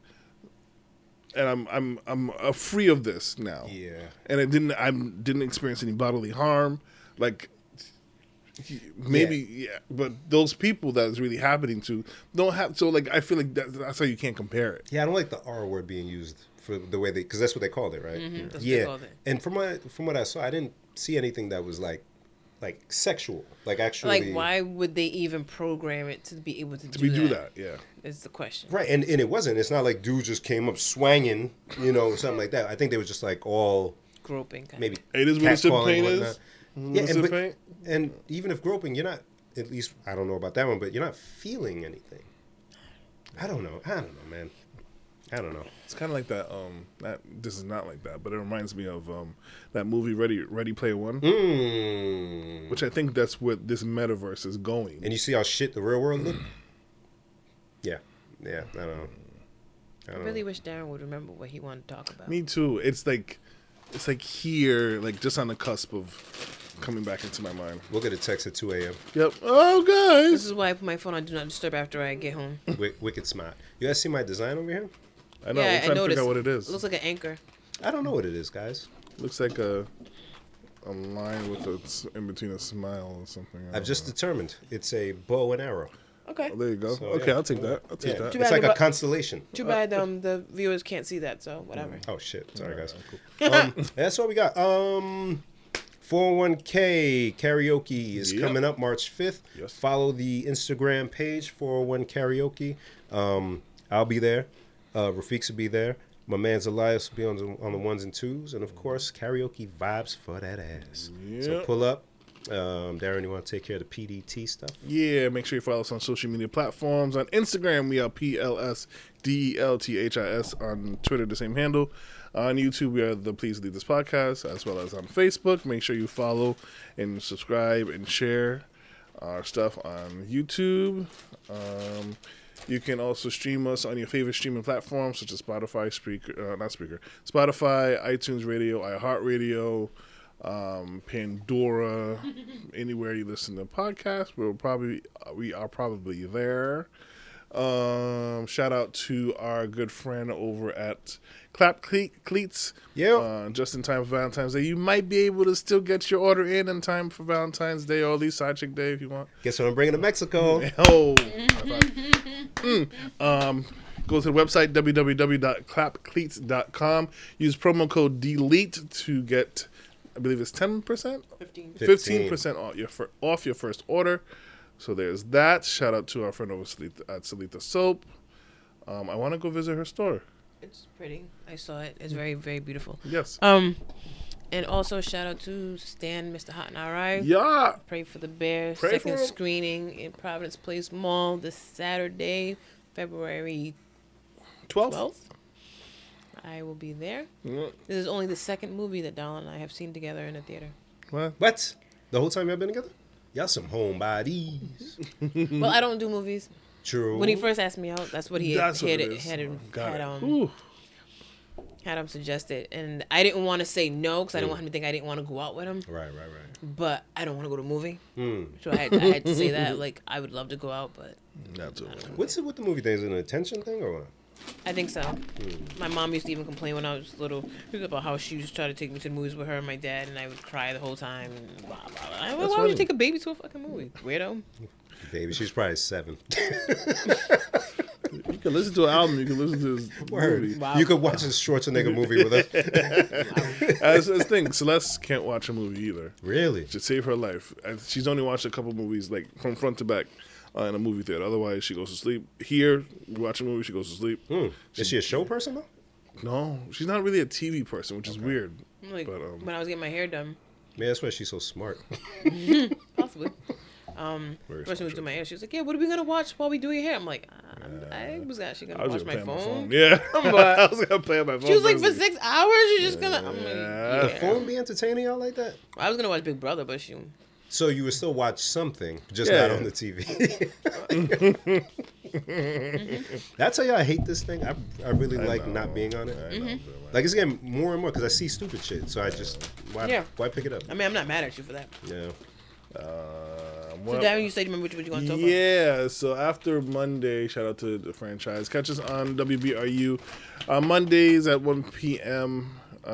and I'm I'm I'm uh, free of this now. Yeah. and I didn't I didn't experience any bodily harm, like. Maybe yeah. but those people that is really happening to don't have so like I feel like that, that's how you can't compare it. Yeah, I don't like the R word being used for the way they because that's what they called it, right? Mm-hmm. that's what they Yeah. called it. And from what from what I saw, I didn't see anything that was like like sexual, like actually Like, why would they even program it to be able to, To be do that, yeah. Is the question. Right, and, and it wasn't. It's not like dudes just came up swanging, you know, something like that. I think they were just like all Groping. Kind maybe. It is what the catcalling pain and is. whatnot. What Yeah, the and, but, pain- and even if groping, you're not. At least I don't know about that one, but you're not feeling anything. I don't know. I don't know, man. I don't know. It's kind of like that. Um, that this is not like that, but it reminds me of um that movie Ready Ready Player One, Mm. which I think that's what this metaverse is going. And you see how shit the real world look. Yeah, yeah. I don't know. I I don't really know. wish Darren would remember what he wanted to talk about. Me too. It's like, it's like here, like just on the cusp of coming back into my mind. We'll get a text at 2 a.m. Yep. Oh, This guys. is why I put my phone on Do Not Disturb after I get home. Wi- Wicked smart. You guys see my design over here? I know. Yeah, we're I trying to figure noticed. out what it is. It looks like an anchor. I don't know what it is, guys. Looks like a, a line with a s- in between a smile or something. I I've don't just determined it's a bow and arrow. Okay. know. Oh, there you go. So, okay, yeah. I'll take that. I'll take Yeah. that. bad It's like about- a constellation. uh, Too bad um, the viewers can't see that, so whatever. Mm. Oh shit! Sorry guys. um, that's what we got. Um, 401k karaoke is Yep. coming up March 5th. Yes. Follow the Instagram page 401 karaoke. Um, I'll be there. Uh, Rafiq's will be there. My man's Elias will be on the, on the ones and twos, and of course karaoke vibes for that ass. So Yep. pull up. Um, Darren, you want to take care of the PDT stuff? Yeah, make sure you follow us on social media platforms. On Instagram, we are PLS D-E-L-T-H-I-S. On Twitter, the same handle. On YouTube, we are the Please Leave This Podcast, as well as on Facebook. Make sure you follow and subscribe and share our stuff on YouTube. Um, you can also stream us on your favorite streaming platforms, such as Spotify, Speaker, uh, not Speaker, Spotify, iTunes Radio, iHeartRadio, um, Pandora, anywhere you listen to podcasts. We'll probably uh, we are probably there. Um, shout out to our good friend over at Clap Cle- Cleats. Yeah. Uh, just in time for Valentine's Day. You might be able to still get your order in in time for Valentine's Day or at least Side Chick Day if you want. Guess what I'm bringing to Mexico? Oh. Mm. Um, go to the website www.clapcleats.com. Use promo code DELETE to get, I believe it's 10%? 15. 15% off your, fir- off your first order. So there's that. Shout out to our friend over Salita, at Salita Soap. Um, I want to go visit her store. It's pretty. I saw it. It's very, very beautiful. Yes. Um, and also shout out to Stan, Mr. Hot and Alright. yeah. Pray for the Bears. Pray Second for 'em. screening in Providence Place Mall this Saturday, February 12th. 12th. I will be there. Yeah. This is only the second movie that Donald and I have seen together in a theater. Well, What? The whole time y'all been together? Y'all some homebodies. Mm-hmm. Well, I don't do movies. True. When he first asked me out, that's what he had, Oh. That's what had, it it is. had, it- Got had, it. um, Ooh. had him suggested. And I didn't want to say no because I didn't Mm. want him to think I didn't want to go out with him. Right, right, right. But I don't want to go to a movie. Mm. So I had, I had to say that. Like, I would love to go out, but Not too much. What's it with the movie thing? Is it an attention thing or what? I think so. Mm. My mom used to even complain when I was little about how she used to try to take me to the movies with her and my dad, and I would cry the whole time. And blah, blah, blah. I'm like, Why would funny. you take a baby to a fucking movie? Weirdo. Baby, she's probably seven. You can listen to an album. You can listen to this movie. Wow. You could watch a Schwarzenegger movie with us. That's the thing. Celeste can't watch a movie either. really? to save her life. And She's only watched a couple movies, like from front to back, uh, in a movie theater. Otherwise, she goes to sleep. Here, we watch a movie, she goes to sleep. Hmm. Hmm. Is she a show person though? No, she's not really a TV person, which is weird. I'm like, But, um, when I was getting my hair done, Maybe that's why she's so smart. possibly. Very The person who was special. doing my hair, she was like, "Yeah, what are we gonna watch while we do your hair?" I'm like, I'm, "I was actually gonna I was watch just my playing phone." my phone. Yeah, like- I was gonna play on my phone. She was like, for "For a second. six hours, you're just gonna." I'm like, Yeah. yeah. Phone be entertaining y'all like that? I was gonna watch Big Brother, but she So you would still watch something, just Yeah. not on the TV. That's how y'all hate this thing. I, I really like know. not being on it. Mm-hmm. I know, but like- Like it's getting more and more because I see stupid shit. So I just why Yeah. why pick it up? I mean, I'm not mad at you for that. Yeah. Uh, So, what- Darren, you said you remember what you want to talk about. Yeah, so after Monday, shout out to the franchise. Catch us on WBRU on uh, Mondays at 1 p.m.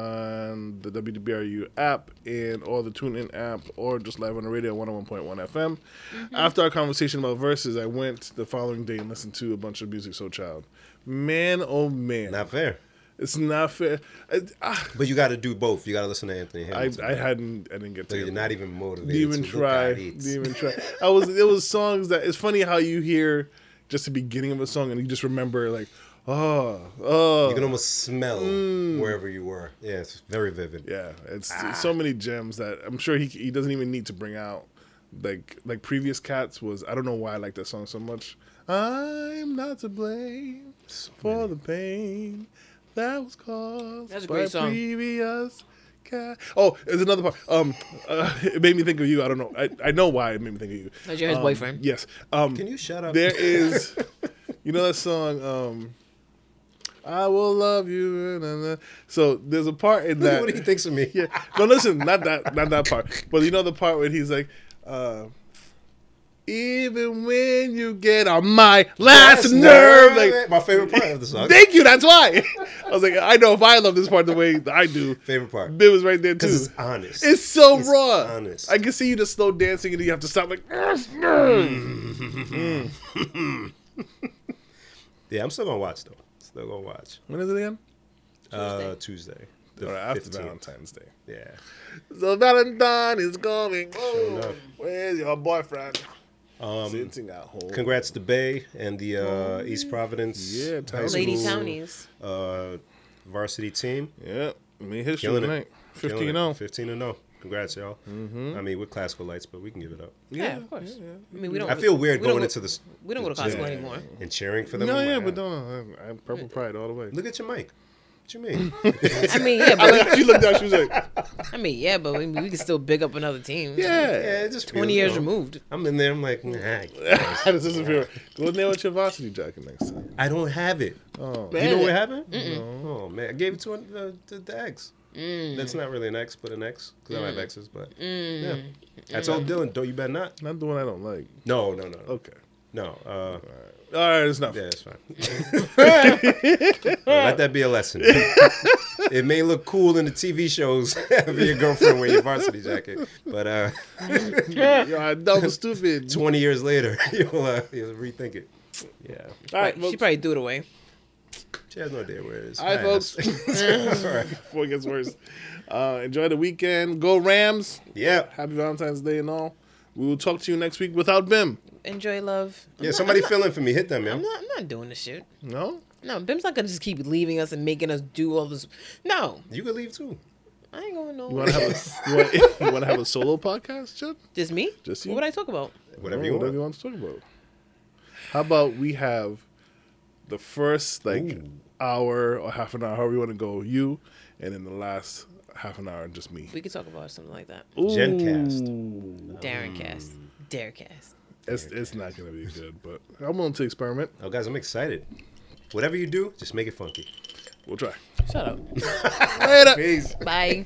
on the WBRU app and or the TuneIn app or just live on the radio at 101.1 FM. Mm-hmm. After our conversation about verses, I went the following day and listened to a bunch of music. So child, man, oh man, Not fair. it's not fair. I, I, But you got to do both. You got to listen to Anthony I, Hamilton. I hadn't, I didn't get to. so it. you're not even motivated. Didn't even to look at try. it. Didn't even try. I was. It was songs that. It's funny how you hear just the beginning of a song and you just remember like, oh, oh, You can almost smell Mm. wherever you were. Yeah, it's very vivid. yeah. It's Ah. so many gems that I'm sure he he doesn't even need to bring out. Like like previous cats was. I don't know why I like that song so much. I'm not to blame for the pain that was caused That's a by great song. previous. Cat. Oh, there's another part. Um, uh, it made me think of you. I don't know. I, I know why it made me think of you. That's your ex Um, boyfriend. Yes. Um, Can you shut up? there is, you know that song. Um, I will love you. na, na, na. So there's a part in that. what he thinks of me. yeah. No, listen, not that, not that part. But you know the part where he's like, uh, even when you get on my last That's nerve. Like, my favorite part of the song. thank you. That's why. I was like, I know if I love this part the way I do. favorite part. Bib was right there too. Because it's honest. It's so It's raw. honest. I can see you just slow dancing and you have to stop like. yeah, I'm still gonna watch though. Still gonna watch. When is it again? Uh, Tuesday. The Or after 15th. Valentine's Day. Yeah. So Valentine is coming. Oh, enough. where's your boyfriend? Um, Sitting at home. congrats to Bay and the uh, East Providence Yeah, High Townies. Lady School, Townies. uh, varsity team. Yeah, me history Killing tonight. oh. it. 15 Killing it. 0. 15 and 0. Congrats, y'all. Mm-hmm. I mean, we're classical lights, but we can give it up. Yeah, of course. I mean, we don't. I feel weird we don't going go- into this We don't go to Costco anymore. and cheering for them. No, Oh my yeah, God. but don't. I, I purple pride all the way. Look at your mic. What you mean? I mean, yeah, I but like- she looked down. She was like, I mean, yeah, but we, we can still big up another team. "Yeah." yeah, it just twenty feels- years you know, removed. I'm in there. I'm like, nah, this is a Go in there with your varsity jacket next time. I don't have it. Oh, You know what happened? Oh man, I gave it to an, uh, the, the ex. Mm. That's not really an ex, but an ex because I don't have exes. But Mm. yeah, I told Dylan, don't you better not. not the one I don't like. No, no, no, Okay. no. Uh, All right, it's not. yeah, it's fine. Let that be a lesson. it may look cool in the TV shows having your girlfriend wear your varsity jacket, but uh, Yo, I double stupid. 20 years later, you'll, uh, you'll rethink it. Yeah, All right, she folks, probably threw it away. she has no idea where it is. All right, folks. All right. before it gets worse. Uh, enjoy the weekend. Go Rams. Yeah. Happy Valentine's Day and all. We will talk to you next week without Bim. Enjoy love. I'm Yeah, not- somebody feeling for me. Hit them, man. I'm not, I'm not doing this shit. No? No, Bim's not gonna just keep leaving us and making us do all this. No, You could leave too. I ain't going You want to nowhere. have a you want, you want to have a solo podcast, Chip? Just me? Just you. What would I talk about? Whatever you Oh, Whatever want. you want to talk about. How about we have the first like Ooh. hour or half an hour, however you want to go, you, and then the last half an hour just me. We could talk about something like that. Gencast. Ooh. Darren Cast, Darecast. It's, it's not gonna be good, but I'm willing to experiment. Oh, guys, I'm excited. Whatever you do, just make it funky. We'll try. Shut up. Later. Peace. Bye.